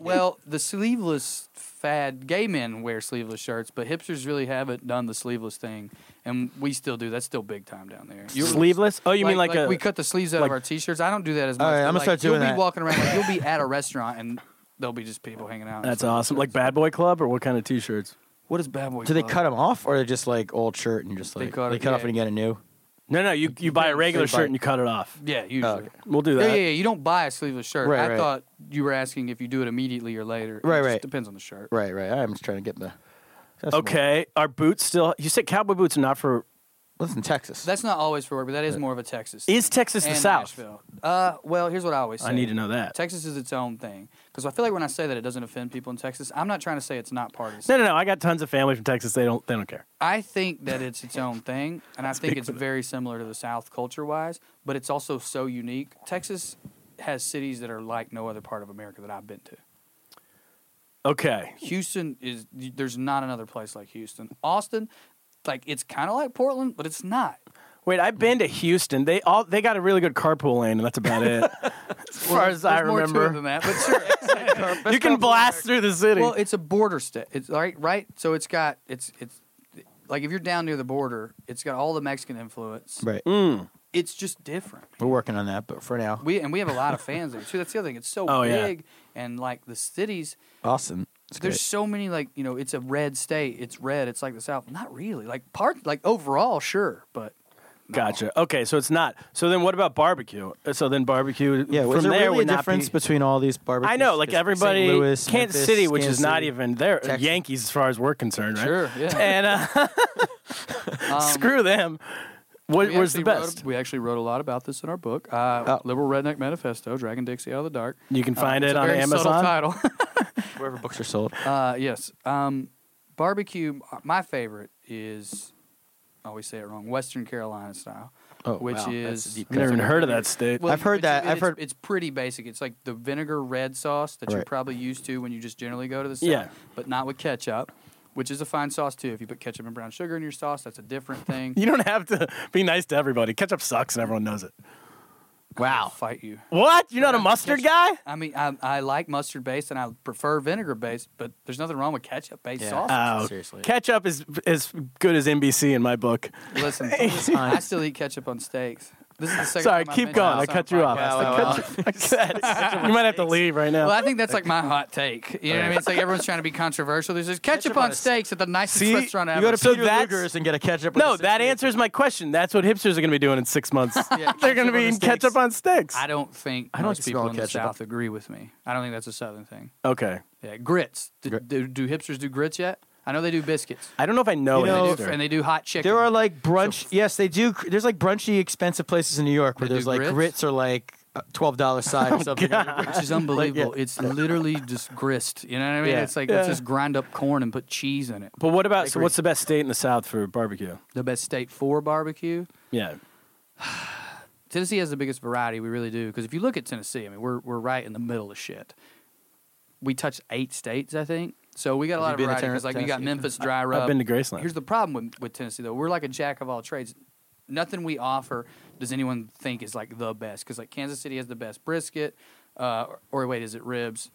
Speaker 5: Well, the sleeveless fad, gay men wear sleeveless shirts, but hipsters really haven't done the sleeveless thing, and we still do. That's still big time down there. You're-
Speaker 2: Sleeveless? Oh, you mean like, a.
Speaker 5: we cut the sleeves out
Speaker 2: like-
Speaker 5: of our t-shirts? I don't do that as much.
Speaker 3: All right,
Speaker 5: but,
Speaker 3: I'm gonna
Speaker 5: like,
Speaker 3: start
Speaker 5: You'll
Speaker 3: doing that.
Speaker 5: be walking around, like, you'll be at a restaurant, and there'll be just people hanging out.
Speaker 2: That's awesome. Like Bad Boy Club or what kind of t shirts?
Speaker 5: what is bad boy?
Speaker 2: Uh,
Speaker 3: Do they
Speaker 5: Club?
Speaker 3: cut them off or they're just like old shirt and just
Speaker 5: They
Speaker 3: like
Speaker 5: cut it,
Speaker 3: off
Speaker 5: yeah.
Speaker 3: and get a new?
Speaker 2: No, no, you, you buy a regular
Speaker 3: So you buy-
Speaker 2: shirt and you cut it off.
Speaker 5: Yeah, usually.
Speaker 3: okay.
Speaker 2: We'll do
Speaker 5: Yeah,
Speaker 2: that.
Speaker 5: yeah, yeah, you don't buy a sleeveless shirt.
Speaker 3: Right,
Speaker 5: I
Speaker 3: right.
Speaker 5: thought you were asking if you do it immediately or later.
Speaker 3: Right,
Speaker 5: it just
Speaker 3: right.
Speaker 5: Depends on the shirt.
Speaker 3: Right, right. I'm just trying to get the. that's
Speaker 2: Okay. Are boots still. You said cowboy boots are not for.
Speaker 3: more- Listen, Texas.
Speaker 5: That's not always for work, but that is more of a Texas. thing.
Speaker 2: Is Texas the
Speaker 5: and
Speaker 2: South?
Speaker 5: Nashville. Uh, well, here's what I always say.
Speaker 2: I need to know that.
Speaker 5: Texas is its own thing because I feel like when I say that, it doesn't offend people in Texas. I'm not trying to say it's not part of the.
Speaker 2: no, no, no. I got tons of family from Texas. They don't, they don't care.
Speaker 5: I think that it's its own thing, and I think it's very similar to the South culture-wise, but it's also so unique. Texas has cities that are like no other part of America that I've been to.
Speaker 2: Okay.
Speaker 5: Houston is there's not another place like Houston. Austin, like it's kind of like Portland, but it's not.
Speaker 2: Wait, I've been to Houston. They all they got a really good carpool lane, and that's about it. as far as I
Speaker 5: There's more to it
Speaker 2: remember,
Speaker 5: than that, but sure.
Speaker 2: you can blast through the city.
Speaker 5: Well, it's a border state. It's right, right. So it's got it's it's like if you're down near the border, it's got all the Mexican influence.
Speaker 3: right.
Speaker 2: Mm.
Speaker 5: It's just different.
Speaker 3: We're working on that, but for now,
Speaker 5: We and we have a lot of fans there too. That's the other thing. It's so
Speaker 2: Oh, yeah.
Speaker 5: big and like the cities.
Speaker 3: Austin. It's
Speaker 5: There's so many like you know. It's a red state. It's red. It's like the South. Not really. Like part. Like overall, sure, but
Speaker 2: Gotcha. Okay, so it's not. So then, what about barbecue? Uh, So then, barbecue.
Speaker 3: great. yeah.
Speaker 2: from
Speaker 3: was there,
Speaker 2: there
Speaker 3: really
Speaker 2: would
Speaker 3: a
Speaker 2: not
Speaker 3: difference
Speaker 2: be.
Speaker 3: between all these barbecues?
Speaker 2: I know, like
Speaker 3: Just St.
Speaker 2: everybody,
Speaker 3: Louis,
Speaker 2: Kansas
Speaker 3: Memphis,
Speaker 2: City, which
Speaker 3: Kansas
Speaker 2: is not
Speaker 3: City.
Speaker 2: even there. uh,
Speaker 3: Texas.
Speaker 2: Yankees, as far as we're concerned, right?
Speaker 5: sure, yeah. Um,
Speaker 2: And uh, screw them. What
Speaker 5: We
Speaker 2: was the
Speaker 5: actually wrote-
Speaker 2: best?
Speaker 5: we actually wrote a lot about this in our book, uh, Liberal Redneck Manifesto: Dragon Dixie Out of the Dark.
Speaker 2: You can
Speaker 5: Uh,
Speaker 2: find
Speaker 5: it's
Speaker 2: it
Speaker 5: a
Speaker 2: on
Speaker 5: very subtle
Speaker 2: Amazon.
Speaker 5: title.
Speaker 3: Wherever books are sold.
Speaker 5: Uh, yes. Um, barbecue. uh, My favorite is, I always say it wrong, Western Carolina style,
Speaker 3: Oh,
Speaker 5: which
Speaker 3: wow, that's
Speaker 5: is
Speaker 3: a deep
Speaker 2: I've never even heard of that state.
Speaker 5: Well,
Speaker 3: I've heard
Speaker 5: it's-
Speaker 3: that-
Speaker 5: it-
Speaker 3: I've
Speaker 5: it's-
Speaker 3: heard-
Speaker 5: it's pretty basic. It's like the vinegar red sauce that you're
Speaker 3: Right.
Speaker 5: probably used to when you just generally go to the south,
Speaker 2: Yeah.
Speaker 5: but not with ketchup, which is a fine sauce too. If you put ketchup and brown sugar in your sauce, that's a different thing.
Speaker 2: you don't have to be nice to everybody. Ketchup sucks, and everyone knows it.
Speaker 5: Wow, fight you.
Speaker 2: What? You're not a mustard guy?
Speaker 5: I mean, I, I like mustard based and I prefer vinegar based, but there's nothing wrong with ketchup based
Speaker 3: Yeah.
Speaker 5: sauce.
Speaker 2: Oh,
Speaker 3: Seriously.
Speaker 2: ketchup is as good as NBC in my book.
Speaker 5: Listen, I still eat ketchup on steaks. This is the second
Speaker 2: Sorry,
Speaker 5: time I've
Speaker 2: keep
Speaker 5: mentioned
Speaker 2: going. I
Speaker 5: this on
Speaker 2: cut
Speaker 5: the
Speaker 2: you off.
Speaker 5: podcast.
Speaker 2: I cut you- I cut- you might have to leave right now.
Speaker 5: Well, I think that's like my hot take. You know what I mean? It's like everyone's trying to be controversial. There's just ketchup,
Speaker 3: Ketchup on
Speaker 5: on
Speaker 3: a s-
Speaker 5: steaks at the nicest
Speaker 2: See,
Speaker 5: restaurant
Speaker 2: you
Speaker 5: ever.
Speaker 2: go to So
Speaker 3: Peter
Speaker 2: that's-
Speaker 3: Luger's and get a ketchup. with a
Speaker 2: No,
Speaker 3: six
Speaker 2: that
Speaker 3: pack.
Speaker 2: answers my question. That's what hipsters are going to be doing in six months.
Speaker 5: Yeah,
Speaker 2: They're going
Speaker 5: ketchup
Speaker 2: to
Speaker 5: on
Speaker 2: be eating
Speaker 5: steaks.
Speaker 2: ketchup on sticks.
Speaker 5: I don't think
Speaker 3: I don't
Speaker 5: most people
Speaker 3: smell
Speaker 5: in the
Speaker 3: ketchup.
Speaker 5: South agree with me. I don't think that's a Southern thing.
Speaker 2: Okay.
Speaker 5: Yeah, grits. Do, do, do hipsters do grits yet? I know they do biscuits.
Speaker 2: I don't know if I know,
Speaker 3: You
Speaker 2: an
Speaker 3: know,
Speaker 5: They
Speaker 2: hipster.
Speaker 5: do- and they do hot chicken.
Speaker 3: There are like brunch. yes, they do. cr- There's like brunchy, expensive places in New York where
Speaker 5: They do
Speaker 3: there's like
Speaker 5: grits?
Speaker 3: grits, are like uh, twelve dollars side
Speaker 2: Oh,
Speaker 3: or something.
Speaker 5: which is unbelievable. It's literally just grist. You know what I mean?
Speaker 3: Yeah.
Speaker 5: It's like
Speaker 2: Yeah.
Speaker 5: let's just grind up corn and put cheese in it.
Speaker 2: but what about, so
Speaker 3: agree.
Speaker 2: what's the best state in the South for barbecue?
Speaker 5: The best state for barbecue.
Speaker 2: Yeah.
Speaker 5: Tennessee has the biggest variety. We really do. Because if you look at Tennessee, I mean, we're we're right in the middle of shit. We touch eight states, I think. So we got a
Speaker 3: Have
Speaker 5: lot
Speaker 3: you
Speaker 5: of
Speaker 3: been to
Speaker 5: variety.
Speaker 3: Tenn-
Speaker 5: 'cause, like you got
Speaker 3: Tennessee?
Speaker 5: Memphis dry rub.
Speaker 2: I've been to Graceland.
Speaker 5: Here's the problem with, with Tennessee though. We're like a jack of all trades. Nothing we offer does anyone think is like the best because like Kansas City has the best brisket, uh, or wait, is it ribs?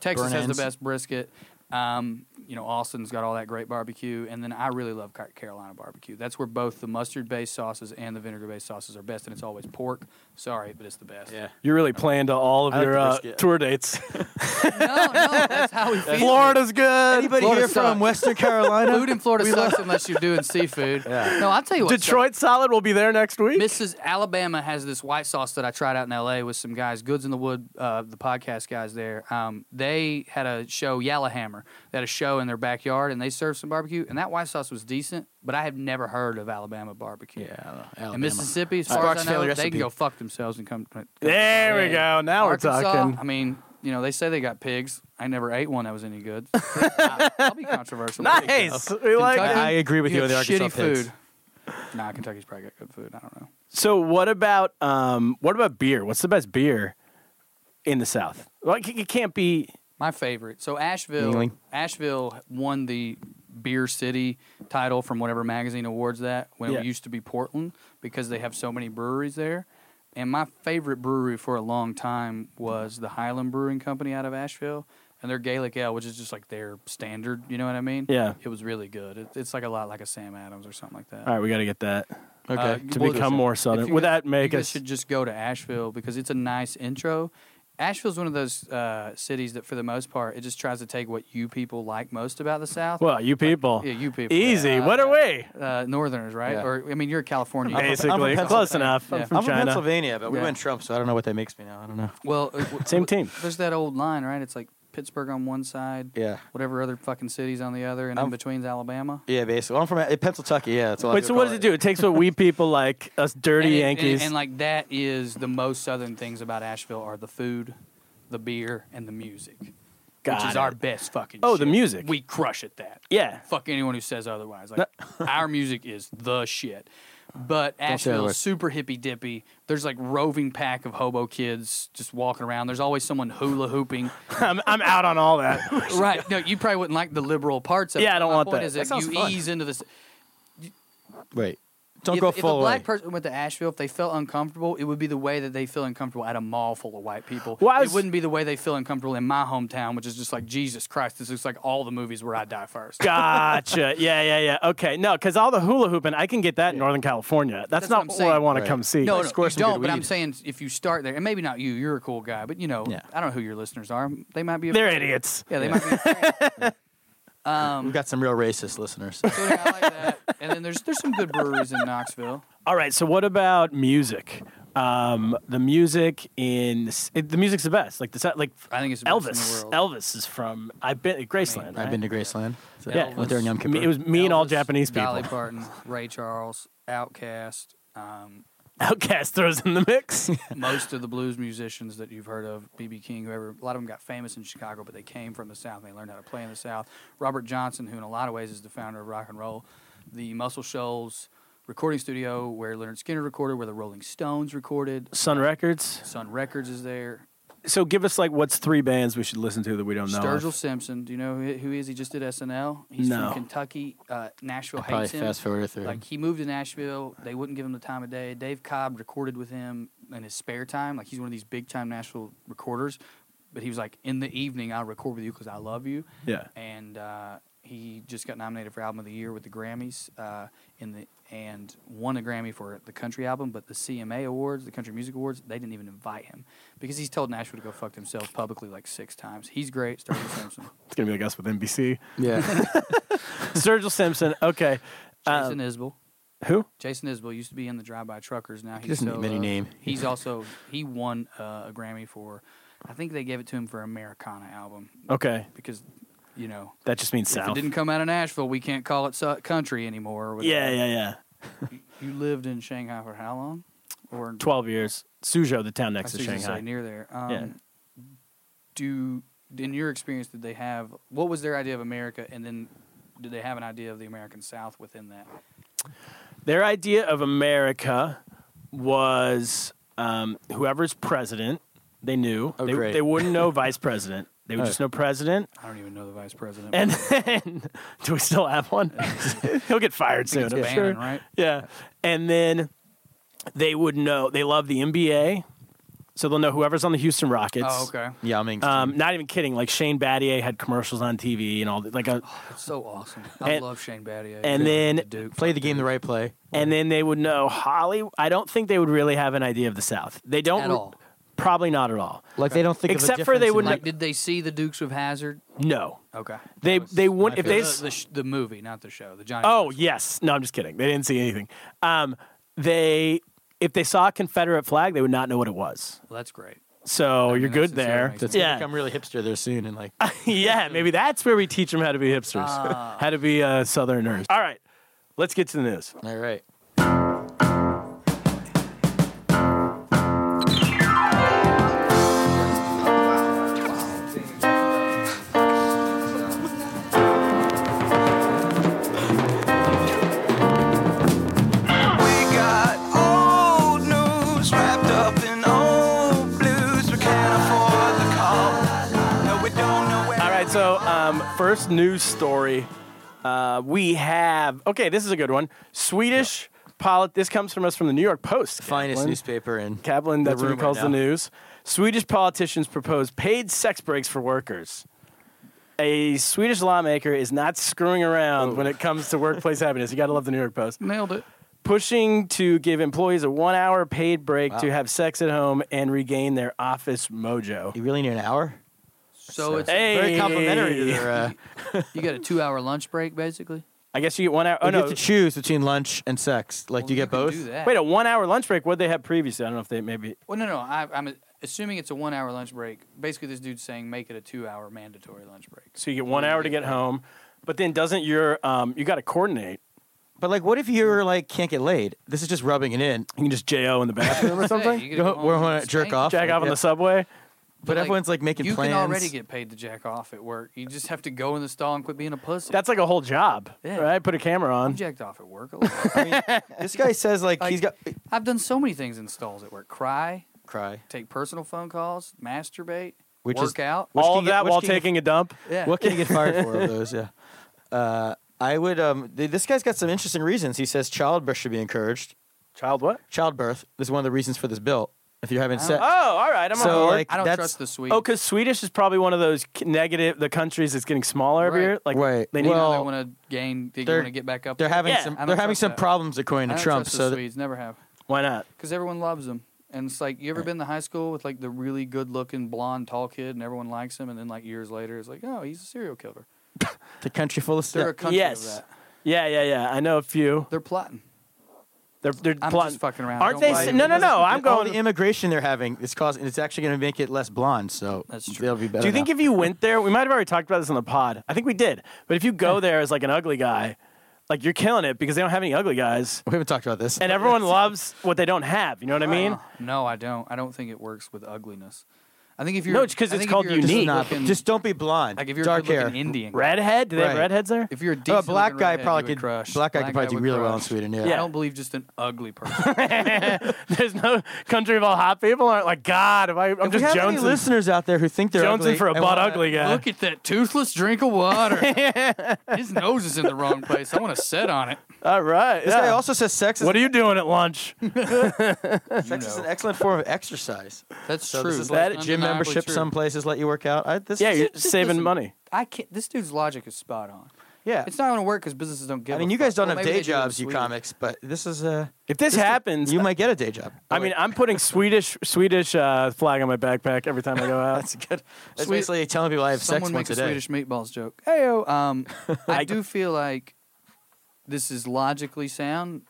Speaker 5: Texas
Speaker 3: Burnt
Speaker 5: has
Speaker 3: ends.
Speaker 5: the best brisket. Um, you know, Austin's got all that great barbecue, and then I really love Car- Carolina barbecue. That's where both the mustard-based sauces and the vinegar-based sauces are best, and it's always pork. Sorry, but it's the best.
Speaker 3: Yeah.
Speaker 2: You really planned to all of
Speaker 3: I like
Speaker 2: your
Speaker 3: the
Speaker 2: uh,
Speaker 3: brisket.
Speaker 2: tour dates.
Speaker 5: No, no, that's how we feel.
Speaker 2: Florida's good.
Speaker 3: Anybody
Speaker 5: Florida
Speaker 3: here from
Speaker 5: sucks.
Speaker 3: Western Carolina?
Speaker 5: Food in Florida sucks unless you're doing seafood. No, I'll tell you what. sucks.
Speaker 2: Detroit Solid will be there next week.
Speaker 5: Mrs. Alabama has this white sauce that I tried out in L.A. with some guys, Goods in the Wood, uh, the podcast guys there. Um, they had a show, Yellowhammer. They had a show in their backyard, and they served some barbecue, and that white sauce was decent. But I have never heard of Alabama barbecue.
Speaker 3: yeah,
Speaker 5: And Mississippi, as far
Speaker 3: Sparks
Speaker 5: as I know,
Speaker 3: failure
Speaker 5: they can
Speaker 3: recipe.
Speaker 5: go fuck themselves and come. come
Speaker 2: There we go. Now we're
Speaker 5: Arkansas,
Speaker 2: talking.
Speaker 5: I mean, you know, they say they got pigs. I never ate one that was any good. I, will be controversial.
Speaker 2: Nice. We like
Speaker 5: Kentucky,
Speaker 2: it.
Speaker 3: I agree with you on
Speaker 5: have
Speaker 3: the Arkansas
Speaker 5: shitty
Speaker 3: pigs.
Speaker 5: food. Nah, Kentucky's probably got good food. I don't know.
Speaker 2: So what about um what about beer? What's the best beer in the South? Like it can't be
Speaker 5: My favorite. So Asheville,
Speaker 3: Yingling.
Speaker 5: Asheville won the Beer City title from whatever magazine awards that when
Speaker 2: Yeah.
Speaker 5: it used to be Portland because they have so many breweries there. And my favorite brewery for a long time was the Highland Brewing Company out of Asheville, and their Gaelic Ale, which is just like their standard. You know what I mean?
Speaker 2: Yeah.
Speaker 5: It was really good. It, it's like a lot like a Sam Adams or something like that.
Speaker 2: All right, we got to get that.
Speaker 3: Okay.
Speaker 5: Uh,
Speaker 2: to
Speaker 5: well,
Speaker 2: become
Speaker 5: if
Speaker 2: more
Speaker 5: you
Speaker 2: southern.
Speaker 5: guys-
Speaker 2: Would that make
Speaker 5: you guys
Speaker 2: us
Speaker 5: should just go to Asheville because it's a nice intro. Asheville's one of those uh, cities that, for the most part, it just tries to take what you people like most about the South.
Speaker 2: Well, you people.
Speaker 5: yeah, you people.
Speaker 2: Easy.
Speaker 5: Yeah.
Speaker 2: what are we?
Speaker 5: uh, Northerners, right?
Speaker 3: Yeah.
Speaker 5: Or I mean, you're California.
Speaker 2: Basically,
Speaker 3: Pennsylvania.
Speaker 2: close enough.
Speaker 5: Yeah.
Speaker 2: I'm from
Speaker 3: I'm from
Speaker 2: China.
Speaker 3: Pennsylvania, but we
Speaker 5: Yeah.
Speaker 3: went Trump, so I don't know what that makes me now. I don't know.
Speaker 5: Well, uh, w-
Speaker 2: Same team.
Speaker 5: There's that old line, right? It's like Pittsburgh on one side,
Speaker 3: Yeah.
Speaker 5: whatever other fucking cities on the other, and in
Speaker 3: I'm-
Speaker 5: between's Alabama.
Speaker 3: Yeah, basically, I'm from uh, Pennsylvania. Yeah, that's all. I
Speaker 2: Wait, so what
Speaker 3: call
Speaker 2: does it do? It takes what we people like, us dirty
Speaker 5: and it- and-
Speaker 2: Yankees.
Speaker 5: and like that is the most Southern things about Asheville are the food, the beer, and the music. which
Speaker 2: Got it.
Speaker 5: is our best fucking.
Speaker 2: Oh, the
Speaker 5: shit.
Speaker 2: music.
Speaker 5: We crush at that.
Speaker 2: Yeah.
Speaker 5: Fuck anyone who says otherwise. Like our music is the shit. But Asheville's
Speaker 3: otherwise.
Speaker 5: super hippy dippy. There's like roving pack of hobo kids just walking around. There's always someone hula hooping.
Speaker 2: I'm, I'm out on all that.
Speaker 5: right. No, you probably wouldn't like the liberal parts of it.
Speaker 2: Yeah, I don't
Speaker 5: My
Speaker 2: want
Speaker 5: point
Speaker 2: that.
Speaker 5: is
Speaker 2: That
Speaker 5: that
Speaker 2: sounds
Speaker 5: you
Speaker 2: fun.
Speaker 5: ease into this.
Speaker 3: Wait, don't
Speaker 5: if,
Speaker 3: go
Speaker 5: if
Speaker 3: full
Speaker 5: a black
Speaker 3: away.
Speaker 5: person went to Asheville, if they felt uncomfortable, it would be the way that they feel uncomfortable at a mall full of white people.
Speaker 2: Well, I
Speaker 5: it
Speaker 2: was-
Speaker 5: wouldn't be the way they feel uncomfortable in my hometown, which is just like Jesus Christ. This looks like all the movies where I die first.
Speaker 2: Gotcha. Yeah, yeah, yeah. Okay. No, because all the hula hooping, I can get that in Northern California. That's,
Speaker 5: That's what
Speaker 2: not
Speaker 5: I'm
Speaker 2: what,
Speaker 5: saying.
Speaker 2: I want to
Speaker 3: Right.
Speaker 2: come see.
Speaker 5: No, no,
Speaker 3: score
Speaker 5: you
Speaker 3: some good
Speaker 5: don't. But I'm
Speaker 3: weed.
Speaker 5: saying if you start there, and maybe not you. You're a cool guy, but you know,
Speaker 3: Yeah.
Speaker 5: I don't know who your listeners are. They might be.
Speaker 2: They're
Speaker 5: offended.
Speaker 2: idiots.
Speaker 5: Yeah, they might be.
Speaker 3: We've
Speaker 5: um,
Speaker 3: got some real racist listeners.
Speaker 5: so yeah, I like that. And then there's there's some good breweries in Knoxville.
Speaker 2: All right. So what about music? Um, the music in the s- it, the music's the best. Like the sa- like
Speaker 5: I think it's the best in the
Speaker 2: Elvis.
Speaker 5: world.
Speaker 2: Elvis is from I've been at Graceland.
Speaker 3: I've been to Graceland. So
Speaker 2: Yeah.
Speaker 3: went there in Yom
Speaker 2: right? Me-
Speaker 3: Kippur.
Speaker 2: It was me and all
Speaker 5: Elvis,
Speaker 2: Japanese people.
Speaker 5: Dolly Parton, Ray Charles, Outcast, um,
Speaker 2: Outcast throws in the mix.
Speaker 5: most of the blues musicians that you've heard of, BB King, whoever, a lot of them got famous in Chicago, but they came from the South. And they learned how to play in the South. Robert Johnson, who in a lot of ways is the founder of rock and roll, the Muscle Shoals recording studio where Leonard Skinner recorded, where the Rolling Stones recorded,
Speaker 2: Sun Records.
Speaker 5: Sun Records is there.
Speaker 2: So give us like what's three bands we should listen to that we
Speaker 3: Oh,
Speaker 2: don't know.
Speaker 5: Sturgill
Speaker 2: of?
Speaker 5: Simpson, do you know who who he is? He just did SNL. He's
Speaker 2: No.
Speaker 5: from Kentucky. Uh, Nashville
Speaker 3: Probably
Speaker 5: hates him.
Speaker 3: fast forward through.
Speaker 5: Like he moved to Nashville, they wouldn't give him the time of day. Dave Cobb recorded with him in his spare time. Like he's one of these big time Nashville recorders, but he was like, in the evening, I'll record with you because I love you.
Speaker 2: Yeah.
Speaker 5: And uh, He just got nominated for album of the year with the Grammys, uh, in the and won a Grammy for the country album. But the CMA Awards, the Country Music Awards, they didn't even invite him because he's told Nashville to go fuck themselves publicly like six times. He's great, Sturgill Simpson.
Speaker 2: It's gonna be like us with NBC.
Speaker 3: Yeah.
Speaker 2: Sturgill Simpson. Okay. Um,
Speaker 5: Jason Isbell.
Speaker 2: Who?
Speaker 5: Jason Isbell used to be in the Drive By Truckers. Now he's
Speaker 3: doesn't need
Speaker 5: solo.
Speaker 3: many name.
Speaker 5: He's also he won uh, a Grammy for, I think they gave it to him for Americana album
Speaker 2: Okay.
Speaker 5: because, you know,
Speaker 2: That just means
Speaker 5: if it
Speaker 2: South.
Speaker 5: didn't come out of Nashville, we can't call it su- country anymore. Or whatever.
Speaker 2: yeah, yeah, yeah.
Speaker 5: You lived in Shanghai for how long? Or
Speaker 2: Twelve years. Suzhou, the town
Speaker 5: I
Speaker 2: next to
Speaker 5: see you say
Speaker 2: Shanghai.
Speaker 5: near there. Um,
Speaker 2: Yeah.
Speaker 5: Do in your experience did they have what was their idea of America, and then did they have an idea of the American South within that?
Speaker 2: Their idea of America was um, whoever's president. They knew.
Speaker 3: Oh,
Speaker 2: they,
Speaker 3: great.
Speaker 2: they wouldn't know vice president. They would
Speaker 3: Oh.
Speaker 2: just know president.
Speaker 5: I don't even know the vice president.
Speaker 2: And then, do we still have one? He'll get fired soon.
Speaker 5: it's
Speaker 2: I'm
Speaker 5: Bannon,
Speaker 2: sure.
Speaker 5: right?
Speaker 2: Yeah. And then they would know. They love the NBA, so they'll know whoever's on the Houston Rockets.
Speaker 5: oh, okay.
Speaker 3: yeah, I mean,
Speaker 2: Um, not even kidding. Like Shane Battier had commercials on TV and all that. Like a,
Speaker 5: That's so awesome. I
Speaker 2: And-
Speaker 5: love Shane Battier.
Speaker 2: and then-
Speaker 5: The Duke.
Speaker 3: play the game the right play.
Speaker 2: and then they would know Holly. I don't think they would really have an idea of the South. They don't
Speaker 5: At all.
Speaker 2: Probably not at all.
Speaker 3: Like they don't think of a
Speaker 2: Except for they
Speaker 3: difference in,
Speaker 2: wouldn't-
Speaker 5: Like, did they see the Dukes of Hazard?
Speaker 2: No,
Speaker 5: Okay.
Speaker 2: they they wouldn't
Speaker 3: my
Speaker 2: if
Speaker 5: The,
Speaker 2: they.
Speaker 5: the, sh- the movie, not the show. The Johnny.
Speaker 2: oh
Speaker 5: Knoxville.
Speaker 2: yes, no, I'm just kidding. They didn't see anything. Um, they if they saw a Confederate flag, they would not know what it was.
Speaker 5: Well, that's great.
Speaker 2: So you're
Speaker 5: that
Speaker 2: good
Speaker 5: sincerely
Speaker 2: there.
Speaker 5: makes
Speaker 3: That's
Speaker 2: yeah,
Speaker 3: gonna become really hipster there soon, and like
Speaker 2: yeah, maybe that's where we teach them how to be hipsters,
Speaker 5: Ah.
Speaker 2: how to be uh, Southerners. All right, let's get to the news.
Speaker 3: all right.
Speaker 4: We got old news wrapped up in old blues. We can't afford the call. No, we don't know where.
Speaker 2: All right, so um, first news story uh, we have. Okay, this is a good one. Swedish polit. This comes from us from the New York Post.
Speaker 3: Finest
Speaker 2: Kaplan.
Speaker 3: newspaper in
Speaker 2: Kaplan, that's
Speaker 3: the
Speaker 2: what he
Speaker 3: room right
Speaker 2: calls the
Speaker 3: now.
Speaker 2: news. Swedish politicians propose paid sex breaks for workers. A Swedish lawmaker is not screwing around when it comes to workplace happiness. You got to love the New York Post.
Speaker 5: Nailed it.
Speaker 2: Pushing to give employees a one hour paid break to have sex at home and regain their office mojo.
Speaker 3: You really need an hour?
Speaker 5: So it's
Speaker 2: Hey.
Speaker 3: Very complimentary to their. Uh,
Speaker 5: you got a two-hour lunch break basically.
Speaker 2: I guess you get one hour. Oh,
Speaker 3: you
Speaker 2: no.
Speaker 3: have to choose between lunch and sex. Like, do you get
Speaker 5: can
Speaker 3: both?
Speaker 5: Do that.
Speaker 2: Wait, a one hour lunch break? What'd they have previously? I don't know if they maybe.
Speaker 5: Well, no, no. I, I'm assuming it's a one-hour lunch break. Basically, this dude's saying make it a two-hour mandatory lunch break.
Speaker 2: So you get one hour to get home, but then doesn't your um you got to coordinate?
Speaker 3: But like, what if you're like can't get laid? This is just rubbing it in.
Speaker 2: You can just jo in the bathroom or something.
Speaker 5: Hey, you
Speaker 3: You
Speaker 5: gotta
Speaker 3: know,
Speaker 5: go
Speaker 3: we're
Speaker 5: home
Speaker 3: gonna
Speaker 5: and
Speaker 3: jerk
Speaker 5: spank.
Speaker 3: off.
Speaker 2: Jack off on
Speaker 3: Yeah.
Speaker 2: the subway.
Speaker 3: But everyone's like making
Speaker 5: you
Speaker 3: plans.
Speaker 5: can already get paid to jack off at work. You just have to go in the stall and quit being a pussy.
Speaker 2: That's like a whole job,
Speaker 5: Yeah.
Speaker 2: right? Put a camera
Speaker 5: I'm
Speaker 2: on.
Speaker 5: jacked off at work. a lot.
Speaker 3: This guy says like he's got
Speaker 5: I've done so many things in stalls at work. Cry,
Speaker 3: cry.
Speaker 5: take personal phone calls, masturbate,
Speaker 3: Which is-
Speaker 5: work out.
Speaker 3: Which
Speaker 2: All
Speaker 3: can
Speaker 2: of
Speaker 3: get-
Speaker 2: that
Speaker 3: which
Speaker 2: while
Speaker 3: can get-
Speaker 2: taking a dump.
Speaker 5: Yeah.
Speaker 3: What can you get fired for of those? Yeah. Uh, I would. Um, th- this guy's got some interesting reasons. He says childbirth should be encouraged.
Speaker 2: Child, what?
Speaker 3: Childbirth is one of the reasons for this bill. If you're having sex,
Speaker 2: Oh, all right. I'm on
Speaker 3: So,
Speaker 2: board.
Speaker 3: like,
Speaker 5: I don't
Speaker 3: that's-
Speaker 5: trust the sweet.
Speaker 2: oh, because Swedish is probably one of those k- negative the countries that's getting smaller every
Speaker 5: Right.
Speaker 2: year. Like
Speaker 3: Right.
Speaker 2: they
Speaker 5: You
Speaker 2: need.
Speaker 5: know,
Speaker 3: well,
Speaker 5: they want to gain. They
Speaker 3: they're-
Speaker 5: want to get back up.
Speaker 3: they're
Speaker 5: there.
Speaker 3: having
Speaker 2: Yeah,
Speaker 3: some.
Speaker 5: I don't
Speaker 3: They're having
Speaker 5: trust
Speaker 3: some
Speaker 5: that.
Speaker 3: problems according
Speaker 5: I
Speaker 3: to
Speaker 5: don't
Speaker 3: Trump.
Speaker 5: trust
Speaker 3: So
Speaker 5: the
Speaker 3: th-
Speaker 5: Swedes never have
Speaker 2: why not?
Speaker 5: because everyone loves them. And it's like you ever been to high school with like the really good-looking blonde tall kid, and everyone likes him, and then like years later, it's like, oh, he's a serial killer.
Speaker 3: the country full of
Speaker 5: They're a
Speaker 3: stuff.
Speaker 5: country
Speaker 2: yes.
Speaker 5: of that.
Speaker 2: Yeah, yeah, yeah. I know a few.
Speaker 5: They're plotting.
Speaker 2: They're they're
Speaker 5: I'm
Speaker 2: plotting.
Speaker 5: just fucking around.
Speaker 2: Aren't
Speaker 5: Don't
Speaker 2: they?
Speaker 5: lie.
Speaker 2: s- No, no, no. I'm
Speaker 3: All
Speaker 2: going.
Speaker 3: the immigration they're having is causing. It's actually going to make it less blonde. So
Speaker 5: That's true.
Speaker 3: They'll be better.
Speaker 2: Do you think
Speaker 3: now.
Speaker 2: if you went there, we might have already talked about this on the pod. I think we did. But if you go there as like an ugly guy, like you're killing it because they don't have any ugly guys,
Speaker 3: we haven't talked about this?
Speaker 2: and everyone loves what they don't have. You know what I mean?
Speaker 5: No, I don't. I don't think it works with ugliness. I think if you're
Speaker 2: No, it's 'cause
Speaker 5: I
Speaker 2: it's
Speaker 5: think if
Speaker 2: called
Speaker 5: you're a
Speaker 2: unique.
Speaker 3: Just
Speaker 2: neat.
Speaker 3: not.
Speaker 5: good-looking-
Speaker 3: Just don't be blonde.
Speaker 5: like if you're
Speaker 3: dark
Speaker 5: a good-looking
Speaker 3: hair.
Speaker 5: Indian, guy,
Speaker 2: Redhead? Do they have
Speaker 3: Right.
Speaker 2: redheads there?
Speaker 5: If you're a
Speaker 3: Oh, a
Speaker 5: decent
Speaker 3: black guy probably
Speaker 5: could
Speaker 3: could.
Speaker 5: crush.
Speaker 3: Black guy could probably do
Speaker 5: would
Speaker 3: really well in
Speaker 5: crush.
Speaker 3: Sweden.
Speaker 2: Yeah.
Speaker 5: I don't believe just an ugly person.
Speaker 2: There's no country of all hot people aren't like God. If I, I'm
Speaker 3: If we
Speaker 2: just
Speaker 3: have any
Speaker 2: Jonesing,
Speaker 3: listeners out there who think they're
Speaker 2: Jonesing
Speaker 3: ugly
Speaker 2: for a
Speaker 3: and
Speaker 2: butt
Speaker 3: wanna-
Speaker 2: ugly guy.
Speaker 5: Look at that toothless drink of water. His nose is in the wrong place. I want to set on it.
Speaker 2: all right.
Speaker 3: This
Speaker 2: yeah.
Speaker 3: guy also says sex is,
Speaker 2: what are you doing at lunch?
Speaker 3: sex is
Speaker 5: know.
Speaker 3: an excellent form of exercise.
Speaker 5: That's
Speaker 3: So
Speaker 5: true.
Speaker 3: this is
Speaker 5: That's
Speaker 3: like gym
Speaker 5: undeniably
Speaker 3: membership.
Speaker 5: true.
Speaker 3: Some places let you work out. I, this
Speaker 2: yeah,
Speaker 3: is,
Speaker 2: you're saving
Speaker 5: listen.
Speaker 2: money.
Speaker 5: I can't. This dude's logic is spot on.
Speaker 3: Yeah.
Speaker 5: It's not going to work because businesses don't give.
Speaker 3: I
Speaker 5: a
Speaker 3: mean, you guys
Speaker 5: fuck.
Speaker 3: don't
Speaker 5: Well,
Speaker 3: have
Speaker 5: maybe
Speaker 3: day
Speaker 5: they do in
Speaker 3: jobs, you
Speaker 5: Sweden.
Speaker 3: comics, but this is a.
Speaker 2: If this happens,
Speaker 3: you might get a day job.
Speaker 2: I mean, I'm putting Swedish Swedish uh, flag on my backpack every time I go out.
Speaker 3: that's good. That's
Speaker 5: Swe-
Speaker 3: basically telling people I have sex
Speaker 5: Someone make
Speaker 3: once
Speaker 5: a
Speaker 3: a day.
Speaker 5: Swedish meatballs joke. Heyo. Um, I do feel like this is logically sound.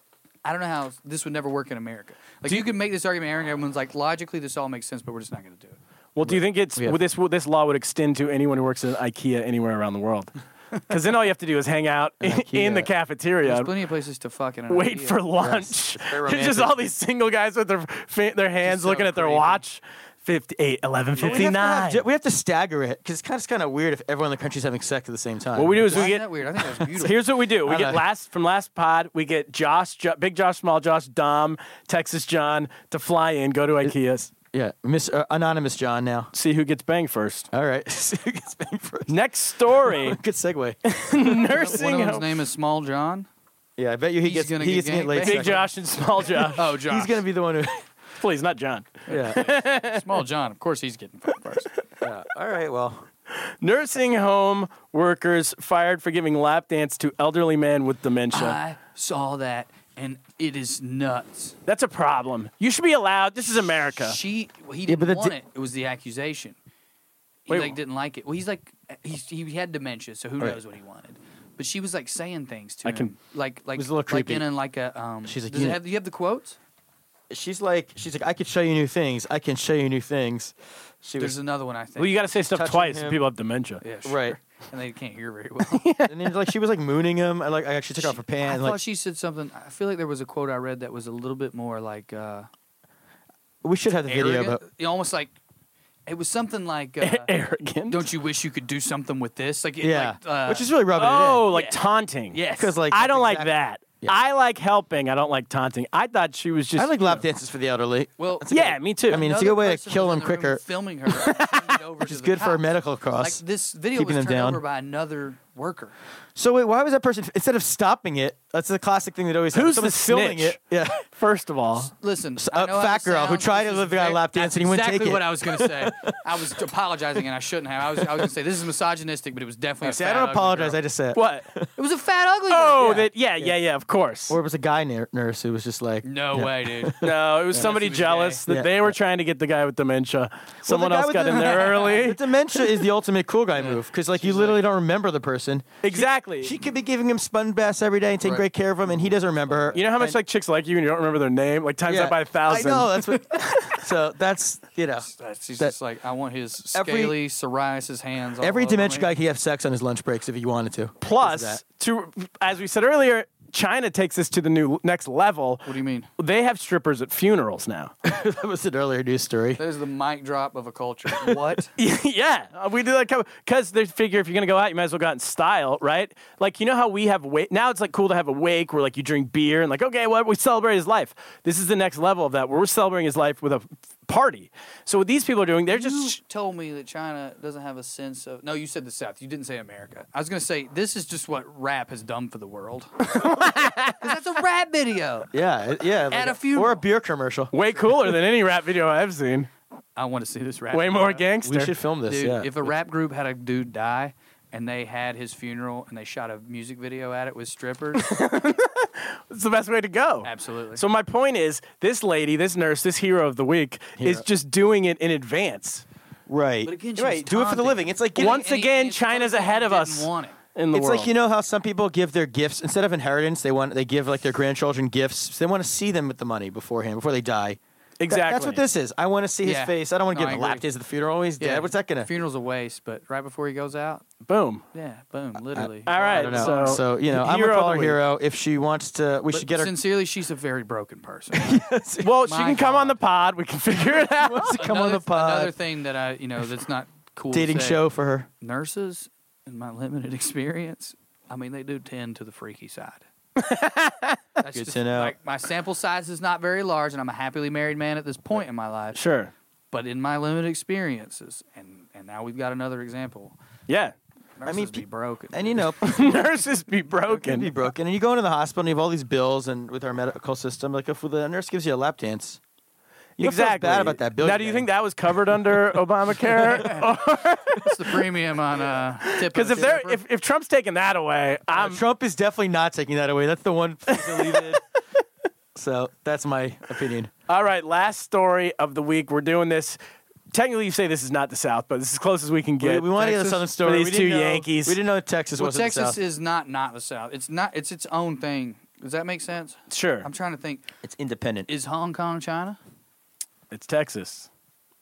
Speaker 5: I don't know how this would never work in America. Like you, could make this argument, Aaron. Everyone's like, logically, this all makes sense, but we're just not going to do it.
Speaker 2: Well, do you think it's
Speaker 3: Yeah.
Speaker 2: would this would this law would extend to anyone who works at IKEA anywhere around the world? Because then all you have to do is hang out in, in the
Speaker 3: IKEA.
Speaker 2: cafeteria,
Speaker 5: There's plenty of places to fuck in an
Speaker 2: wait
Speaker 5: IKEA.
Speaker 2: for lunch.
Speaker 3: very
Speaker 2: It's just
Speaker 3: romantic.
Speaker 2: all these single guys with their fa- their hands
Speaker 5: so
Speaker 2: looking at their
Speaker 5: creepy.
Speaker 2: watch. 58, 11,
Speaker 3: But We have, to have
Speaker 2: 59.
Speaker 3: di- we have to stagger it because it's kind of, kind of weird if everyone in the country's having sex at the same time.
Speaker 2: What we do is
Speaker 5: Why
Speaker 2: we
Speaker 5: is
Speaker 2: get
Speaker 5: that weird? I think that's beautiful.
Speaker 2: Here's what we do: we
Speaker 3: I
Speaker 2: get
Speaker 3: know.
Speaker 2: last from last pod. We get Josh, jo- Big Josh, Small Josh, Dom, Texas John to fly in, go to IKEA,
Speaker 3: Yeah, Miss uh, Anonymous John now.
Speaker 2: see who gets banged first.
Speaker 3: All right, So who gets banged first?
Speaker 2: Next story:
Speaker 3: Good segue.
Speaker 5: One
Speaker 2: nursing
Speaker 5: of them's
Speaker 2: home.
Speaker 5: name is Small John.
Speaker 3: Yeah, I bet you he
Speaker 5: He's
Speaker 3: gets
Speaker 5: gonna
Speaker 3: he
Speaker 5: get
Speaker 3: gets
Speaker 5: gangbanged.
Speaker 3: late.
Speaker 2: Big Josh and Small Josh.
Speaker 5: Oh, John.
Speaker 3: He's gonna be the one who.
Speaker 2: please, not John.
Speaker 3: Yeah.
Speaker 5: Small John. Of course, he's getting fucked first.
Speaker 3: yeah. All right. Well,
Speaker 2: Nursing home workers fired for giving lap dance to elderly man with dementia.
Speaker 3: Ah.
Speaker 5: I saw that, and it is nuts.
Speaker 2: That's a problem. You should be allowed. This is America.
Speaker 5: She, well, he
Speaker 3: Yeah, but
Speaker 5: didn't
Speaker 3: the
Speaker 5: want
Speaker 3: di-
Speaker 5: it. It was the accusation. He
Speaker 2: Wait,
Speaker 5: like didn't like it. Well, he's like he's, he had dementia, so who
Speaker 3: Right.
Speaker 5: knows what he wanted. But she was like saying things to
Speaker 2: I
Speaker 5: him,
Speaker 2: can-
Speaker 5: like like
Speaker 3: was a little
Speaker 5: like
Speaker 3: creepy.
Speaker 5: in a, like a um.
Speaker 3: She's like,
Speaker 5: does it
Speaker 3: "You-
Speaker 5: have, do you have the quotes?
Speaker 3: she's like she's like I could show you new things. I can show you new things. She
Speaker 5: There's
Speaker 3: was
Speaker 5: another one I think.
Speaker 2: Well, you got to say stuff
Speaker 3: Touching
Speaker 2: twice.
Speaker 3: him.
Speaker 2: People have dementia.
Speaker 5: yeah, sure.
Speaker 3: right,
Speaker 5: and they can't hear very well.
Speaker 3: and then like she was like mooning him. I like I actually took off her
Speaker 5: I
Speaker 3: pants.
Speaker 5: thought
Speaker 3: Like
Speaker 5: she said something. I feel like there was a quote I read that was a little bit more like uh,
Speaker 3: we should have the video,
Speaker 5: arrogant.
Speaker 3: but
Speaker 5: You know, almost like it was something like. Uh,
Speaker 2: Arrogant.
Speaker 5: don't you wish you could do something with this? Like, it,
Speaker 3: yeah,
Speaker 5: like, uh,
Speaker 3: which is really rubbing
Speaker 2: oh,
Speaker 3: it in.
Speaker 2: like taunting.
Speaker 5: Yes.
Speaker 3: because like
Speaker 2: I don't like
Speaker 3: exactly-
Speaker 2: that.
Speaker 3: Yeah.
Speaker 2: I like helping. I don't like taunting. I thought she was just.
Speaker 3: I like lap dances for the elderly.
Speaker 5: well,
Speaker 2: yeah, me too.
Speaker 3: I mean, it's a
Speaker 5: another
Speaker 3: good way to
Speaker 5: person
Speaker 3: kill
Speaker 5: was
Speaker 3: them
Speaker 5: in the room
Speaker 3: quicker,
Speaker 5: Filming her, turned it over
Speaker 3: which
Speaker 5: to
Speaker 3: is
Speaker 5: the
Speaker 3: good for a
Speaker 5: cops.
Speaker 3: medical costs.
Speaker 5: Like this video
Speaker 3: keeping
Speaker 5: was
Speaker 3: them
Speaker 5: turned
Speaker 3: down.
Speaker 5: over by another worker.
Speaker 3: So wait, why was that person instead of stopping it? That's the classic thing that always
Speaker 2: Who's
Speaker 3: happens.
Speaker 2: the
Speaker 3: Someone's filming
Speaker 2: snitch?
Speaker 3: it. Yeah.
Speaker 2: first of all,
Speaker 5: Listen,
Speaker 3: a
Speaker 5: I know how
Speaker 3: uh, fat
Speaker 5: this
Speaker 3: girl who
Speaker 5: sounds,
Speaker 3: tried
Speaker 5: this
Speaker 3: to
Speaker 5: is
Speaker 3: live a guy
Speaker 5: very-
Speaker 3: lap dance
Speaker 5: that's
Speaker 3: and he wouldn't
Speaker 5: exactly
Speaker 3: take it.
Speaker 5: what I was going to say. I was apologizing and I shouldn't have. I was, I was going to say this is misogynistic, but it was definitely. a
Speaker 3: See,
Speaker 5: fat,
Speaker 3: I don't
Speaker 5: ugly
Speaker 3: apologize.
Speaker 5: girl.
Speaker 3: I just said.
Speaker 2: what?
Speaker 5: It was a fat ugly. girl.
Speaker 2: Oh,
Speaker 5: Yeah.
Speaker 2: that. Yeah, yeah, yeah. Of course.
Speaker 3: Or it was a guy ner- nurse who was just like
Speaker 5: No
Speaker 3: Yeah.
Speaker 5: way, dude.
Speaker 2: no, it was somebody
Speaker 5: he was gay.
Speaker 2: jealous that
Speaker 3: Yeah.
Speaker 2: they were trying to get the guy with dementia.
Speaker 3: Well, the
Speaker 2: Someone
Speaker 3: guy
Speaker 2: else
Speaker 3: with
Speaker 2: got
Speaker 3: the-
Speaker 2: in there
Speaker 3: The
Speaker 2: early.
Speaker 3: dementia is the ultimate cool guy move because like you literally don't remember the person.
Speaker 2: exactly.
Speaker 3: She could be giving him spun baths every day and taking
Speaker 5: Right.
Speaker 3: great care of him, and he doesn't remember her.
Speaker 2: you know how much like chicks like you and you don't remember their name? Like times that by a thousand. uh,
Speaker 3: I know that's what. so that's you know
Speaker 5: She's
Speaker 3: That-
Speaker 5: just like, I want his
Speaker 3: Every-
Speaker 5: scaly psoriasis hands. all
Speaker 3: every
Speaker 5: over
Speaker 3: dementia
Speaker 5: me.
Speaker 3: guy could have sex on his lunch breaks if he wanted to.
Speaker 2: Plus,
Speaker 3: that.
Speaker 2: to as we said earlier, China takes this to the new next level.
Speaker 5: What do you mean?
Speaker 2: They have strippers at funerals now.
Speaker 3: that was an earlier news story.
Speaker 5: That is the mic drop of a culture. What?
Speaker 2: yeah, uh, we do that because they figure if you're gonna go out, you might as well go out in style, right? Like you know how we have wake now. It's like cool to have a wake where like you drink beer and like okay, well we celebrate his life. This is the next level of that where we're celebrating his life with a f- party. So what these people are doing, they're
Speaker 5: you
Speaker 2: just sh-
Speaker 5: told me that China doesn't have a sense of. No, you said the South. You didn't say America. I was gonna say this is just what rap has done for the world. 'Cause that's a rap video.
Speaker 3: Yeah, yeah. like
Speaker 5: At a
Speaker 3: or
Speaker 5: funeral.
Speaker 3: a beer commercial.
Speaker 2: way cooler than any rap video I've seen.
Speaker 5: I want to see this rap.
Speaker 2: Way
Speaker 5: video.
Speaker 2: more gangster.
Speaker 3: We should film this.
Speaker 5: Dude,
Speaker 3: yeah.
Speaker 5: if a rap group had a dude die and they had his funeral and they shot a music video at it with strippers,
Speaker 2: It's the best way to go.
Speaker 5: absolutely.
Speaker 2: So my point is, this lady, this nurse, this hero of the week is just doing it in advance.
Speaker 3: right.
Speaker 5: But again, she
Speaker 3: right.
Speaker 5: was
Speaker 3: Do it for the
Speaker 5: taunting.
Speaker 3: living. It's like
Speaker 5: And-
Speaker 3: getting,
Speaker 2: Once
Speaker 5: and he-
Speaker 2: again,
Speaker 5: and it's funny
Speaker 2: China's
Speaker 5: that he
Speaker 2: ahead of
Speaker 5: didn't
Speaker 2: us.
Speaker 5: want it.
Speaker 2: In the
Speaker 3: it's
Speaker 2: world.
Speaker 3: like you know how some people give their gifts instead of inheritance they want they give like their grandchildren gifts they want to see them with the money beforehand before they die That-
Speaker 2: exactly.
Speaker 3: that's what this is i want to see
Speaker 5: Yeah.
Speaker 3: his face i don't want
Speaker 5: No,
Speaker 3: to give
Speaker 5: I
Speaker 3: him lap
Speaker 5: agree.
Speaker 3: days at the funeral he's dead what's that gonna
Speaker 5: Funeral's a waste, but right before he goes out,
Speaker 2: Boom.
Speaker 5: yeah, boom, literally.
Speaker 2: All right.
Speaker 3: I don't know.
Speaker 2: So,
Speaker 3: Oh, So, you know, I'm a
Speaker 2: hero of the
Speaker 3: call her
Speaker 2: week.
Speaker 3: hero. If she wants to, we should get her.
Speaker 5: Sincerely, she's a very broken person.
Speaker 2: Well, she
Speaker 5: My
Speaker 2: can come on the
Speaker 5: God.
Speaker 2: pod. We can figure it out.
Speaker 3: wants to come on
Speaker 5: another,
Speaker 3: the pod.
Speaker 5: Another thing that I, you know, that's not cool. to
Speaker 3: Dating
Speaker 5: say.
Speaker 3: show for her.
Speaker 5: Nurses, in my limited experience, I mean, they do tend to the freaky side. That's
Speaker 3: Good
Speaker 5: just,
Speaker 3: to know.
Speaker 5: Like, my sample size is not very large, and I'm a happily married man at this point in my life.
Speaker 2: Sure.
Speaker 5: But in my limited experiences, and and now we've got another example.
Speaker 2: Yeah.
Speaker 5: Nurses
Speaker 3: mean,
Speaker 5: be
Speaker 3: pe-
Speaker 5: broken.
Speaker 3: And you know,
Speaker 2: Nurses be
Speaker 3: can be
Speaker 2: broken.
Speaker 3: broken. And you go into the hospital and you have all these bills, and with our medical system, like if the nurse gives you a lap dance, You feel
Speaker 2: exactly.
Speaker 3: bad about that
Speaker 2: Now, do you
Speaker 3: billionaire.
Speaker 2: think that was covered under Obamacare?
Speaker 5: What's the premium on uh, tip?
Speaker 2: Because if they're if, if Trump's taking that away, I'm
Speaker 3: Uh, Trump is definitely not taking that away. That's the one thing deleted. so that's my opinion.
Speaker 2: All right, last story of the week. We're doing this. Technically, you say this is not the South, but this is as close as we can
Speaker 3: We,
Speaker 2: get.
Speaker 3: we want to get a
Speaker 5: Texas-
Speaker 3: southern
Speaker 5: for
Speaker 3: story.
Speaker 2: these
Speaker 3: We didn't
Speaker 2: two
Speaker 3: know-
Speaker 2: Yankees.
Speaker 3: We didn't know Texas
Speaker 5: well,
Speaker 3: wasn't the
Speaker 5: Texas
Speaker 3: South.
Speaker 5: is not not the South. It's not. It's its own thing. Does that make sense?
Speaker 2: sure,
Speaker 5: I'm trying to think.
Speaker 3: It's independent.
Speaker 5: Is Hong Kong China?
Speaker 2: it's Texas.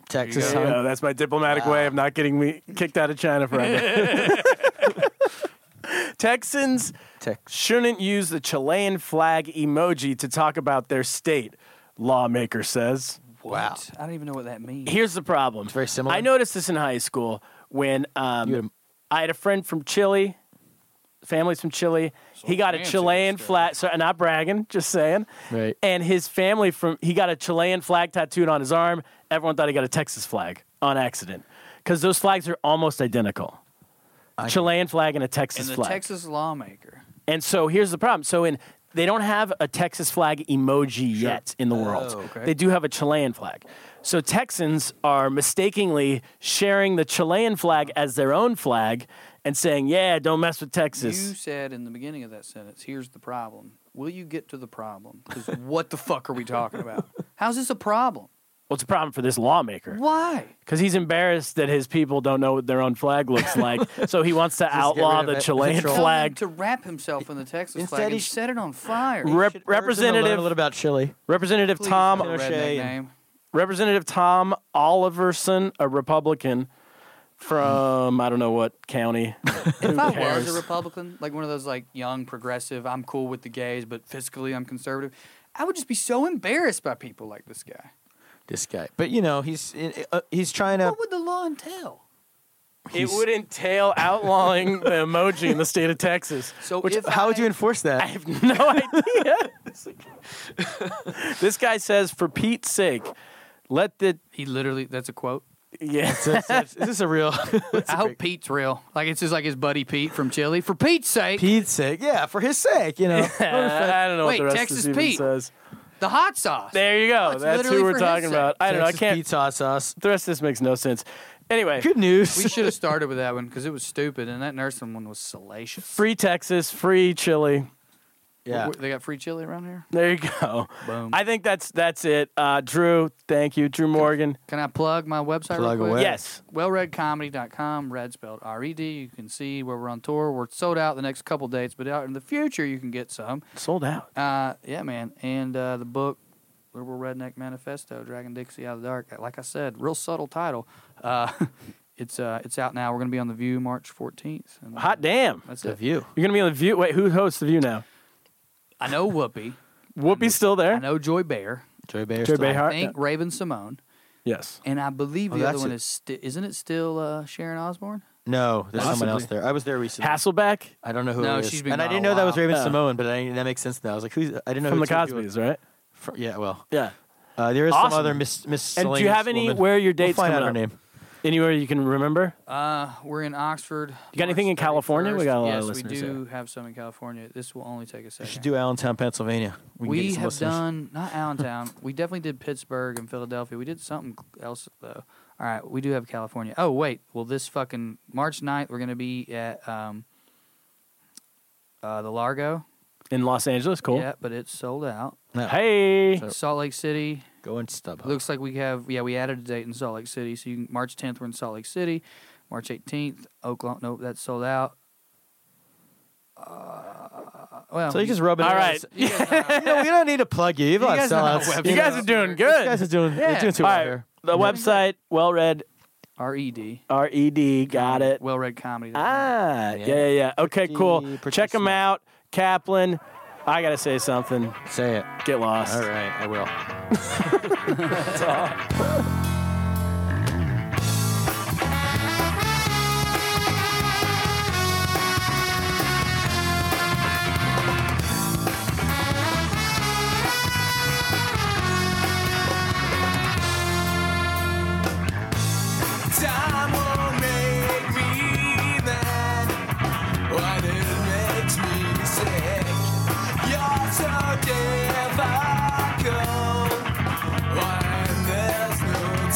Speaker 3: Texas.
Speaker 2: There you
Speaker 3: huh?
Speaker 2: go. that's my diplomatic way of not getting me kicked out of China forever. Texans
Speaker 3: Texas.
Speaker 2: shouldn't use the Chilean flag emoji to talk about their state, lawmaker says.
Speaker 3: Wow.
Speaker 5: I don't even know what that means.
Speaker 2: Here's the problem.
Speaker 3: very similar.
Speaker 2: I noticed this in high school when um,
Speaker 3: You had a-
Speaker 2: I had a friend from Chile, family's from Chile. he got a
Speaker 5: fancy,
Speaker 2: Chilean
Speaker 5: this guy.
Speaker 2: flag. So, not bragging, just saying.
Speaker 3: Right.
Speaker 2: And his family from he got a Chilean flag tattooed on his arm. Everyone thought he got a Texas flag on accident because those flags are almost identical. Chilean flag and a Texas
Speaker 5: and the
Speaker 2: flag.
Speaker 5: Texas lawmaker.
Speaker 2: And so here's the problem. So in they don't have a Texas flag emoji yet in the world.
Speaker 3: Oh,
Speaker 5: okay.
Speaker 2: They do have a Chilean flag. So Texans are mistakenly sharing the Chilean flag as their own flag and saying, "Yeah, don't mess with
Speaker 5: You
Speaker 2: Texas."
Speaker 5: said in the beginning of that sentence, here's the problem. Will you get to the problem? Because what the fuck are we talking about? How's this a problem?
Speaker 2: What's the problem for this lawmaker?
Speaker 5: Why?
Speaker 2: Because he's embarrassed that his people don't know what their own flag looks like, so he wants to outlaw
Speaker 3: rid of
Speaker 2: the
Speaker 3: it.
Speaker 2: Chilean
Speaker 3: Control.
Speaker 5: Tell him
Speaker 2: flag.
Speaker 5: to wrap himself in the Texas
Speaker 3: Instead
Speaker 5: flag
Speaker 3: he
Speaker 5: and
Speaker 3: sh-
Speaker 5: set it on fire.
Speaker 2: Rep-
Speaker 3: Should urge them to learn a little
Speaker 2: Representative
Speaker 3: about Chile.
Speaker 2: Representative
Speaker 5: Please
Speaker 2: Tom
Speaker 5: don't redneck
Speaker 3: O'Shea.
Speaker 5: name.
Speaker 2: Representative Tom Oliverson, a Republican from I don't know what county.
Speaker 5: If I was
Speaker 2: cares?
Speaker 5: a Republican, like one of those like young progressive, I'm cool with the gays, but fiscally I'm conservative, I would just be so embarrassed by people like this guy.
Speaker 3: This guy. But you know, he's uh, he's trying to.
Speaker 5: What would the law entail?
Speaker 2: It
Speaker 3: He's-
Speaker 2: would entail outlawing the emoji in the state of Texas.
Speaker 5: So
Speaker 3: Which,
Speaker 5: if
Speaker 3: how would
Speaker 5: I-
Speaker 3: you enforce that?
Speaker 2: I have no idea. this guy says, for Pete's sake, let the
Speaker 5: He literally, that's a quote.
Speaker 2: yeah.
Speaker 3: That's- that's- is this a real
Speaker 5: I hope Pete's real. Like it's just like his buddy Pete from Chile. For Pete's sake,
Speaker 3: Pete's sake? Yeah, for his sake, you know.
Speaker 2: I don't know
Speaker 5: Uh, Wait,
Speaker 2: what the rest
Speaker 5: Texas
Speaker 2: of this even
Speaker 5: Pete.
Speaker 2: says.
Speaker 5: the hot sauce.
Speaker 2: There you go.
Speaker 5: it's
Speaker 2: That's who
Speaker 5: literally
Speaker 2: we're
Speaker 5: for his
Speaker 2: talking
Speaker 5: sake.
Speaker 2: about. I don't know. I
Speaker 3: Texas
Speaker 2: can't.
Speaker 3: Pete's hot sauce.
Speaker 2: The rest of this makes no sense. Anyway,
Speaker 3: Good news.
Speaker 5: We should have started with that one because it was stupid, and that nursing one was salacious.
Speaker 2: free Texas, free Chile.
Speaker 3: yeah.
Speaker 5: They got free chili around here.
Speaker 2: There you go.
Speaker 5: Boom.
Speaker 2: I think that's that's it. Uh, Drew, thank you, Drew Morgan.
Speaker 5: Can I plug my website?
Speaker 3: Plug
Speaker 5: real quick?
Speaker 3: away.
Speaker 2: Yes.
Speaker 5: wellreadcomedy.com, red spelled R E D. You can see where we're on tour. We're sold out the next couple dates, but out in the future you can get some.
Speaker 2: Sold out.
Speaker 5: Uh, yeah, man. And uh, the book, Liberal Redneck Manifesto, Dragon Dixie Out of the Dark. Like I said, real subtle title. Uh, it's uh, it's out now. We're gonna be on the View March 14th. And, uh,
Speaker 2: Hot damn.
Speaker 5: That's
Speaker 3: The
Speaker 5: it.
Speaker 3: view.
Speaker 2: You're gonna be on the View. Wait, who hosts the View now?
Speaker 5: I know Whoopi.
Speaker 2: Whoopi's still
Speaker 5: I
Speaker 2: there.
Speaker 5: know Joy Bear.
Speaker 3: Joy Behar.
Speaker 2: Joy
Speaker 3: still-
Speaker 2: Behar.
Speaker 5: I
Speaker 2: Hart-
Speaker 5: think Raven Simone.
Speaker 2: Yes.
Speaker 5: And I believe
Speaker 3: Oh,
Speaker 5: the other
Speaker 3: that's
Speaker 5: one
Speaker 3: it.
Speaker 5: is sti- isn't it still uh, Sharon Osbourne?
Speaker 3: No, there's someone
Speaker 2: Possibly.
Speaker 3: else there. I was there recently.
Speaker 2: Hasselbeck
Speaker 3: I don't know who
Speaker 5: No,
Speaker 3: it is.
Speaker 5: she's been
Speaker 3: and I
Speaker 5: gone
Speaker 3: didn't
Speaker 5: a
Speaker 3: know that was
Speaker 5: while.
Speaker 3: Raven
Speaker 2: Oh.
Speaker 3: Simone, but I, that makes sense now. I was like, who's? I didn't know
Speaker 2: from
Speaker 3: who
Speaker 2: the
Speaker 3: two people
Speaker 2: Cosby's, right?
Speaker 3: were- from- yeah, well,
Speaker 2: Yeah.
Speaker 3: uh, there is
Speaker 2: Awesome.
Speaker 3: some other Miss Miss.
Speaker 2: And do you have
Speaker 3: Salinas
Speaker 2: any
Speaker 3: woman.
Speaker 2: where your dates
Speaker 3: We'll find out
Speaker 2: coming
Speaker 3: her
Speaker 2: up?
Speaker 3: name.
Speaker 2: Anywhere you can remember?
Speaker 5: Uh, we're in Oxford.
Speaker 2: You got anything in California? We got a lot
Speaker 5: yes,
Speaker 2: of
Speaker 5: we
Speaker 2: listeners
Speaker 5: do have some in California. This will only take a second.
Speaker 3: We should do Allentown, Pennsylvania. can
Speaker 5: We
Speaker 3: get you some
Speaker 5: have
Speaker 3: listeners.
Speaker 5: done not Allentown. we definitely did Pittsburgh and Philadelphia. We did something else though. All right, we do have California. Oh wait, well this fucking March 9th, we're gonna be at um, uh, the Largo.
Speaker 2: in Los Angeles. Cool.
Speaker 5: Yeah, but it's sold out.
Speaker 3: No,
Speaker 2: Hey.
Speaker 3: So-
Speaker 5: Salt Lake City.
Speaker 3: go and stub.
Speaker 5: Looks like we have yeah we added a date in Salt Lake City. So you can, March 10th we're in Salt Lake City. March 18th Oklahoma. Nope, that's sold out. Uh, well,
Speaker 3: So you just rubbing.
Speaker 2: All
Speaker 3: it in.
Speaker 2: right.
Speaker 5: you guys know how-
Speaker 3: You know, we don't need to plug you. You've
Speaker 5: You
Speaker 3: got
Speaker 5: guys know how
Speaker 3: sellouts.
Speaker 5: web-
Speaker 2: You
Speaker 5: Yeah.
Speaker 2: guys are doing
Speaker 3: You guys
Speaker 2: good.
Speaker 3: are doing. You're
Speaker 5: Yeah.
Speaker 3: doing too
Speaker 2: All
Speaker 3: well
Speaker 2: right.
Speaker 3: here.
Speaker 2: The website, well read,
Speaker 5: R E D.
Speaker 2: R E D. Got it.
Speaker 5: Well read comedy.
Speaker 2: Ah, yeah,
Speaker 3: Yeah.
Speaker 2: yeah, yeah. Okay,
Speaker 3: Pretty-
Speaker 2: cool.
Speaker 3: pretty
Speaker 2: Check them
Speaker 3: smart.
Speaker 2: out. Kaplan, I got to say something.
Speaker 3: Say it.
Speaker 2: Get lost.
Speaker 3: All right, I will.
Speaker 4: Time will make me mad. What it makes me sick. You're so difficult. Why am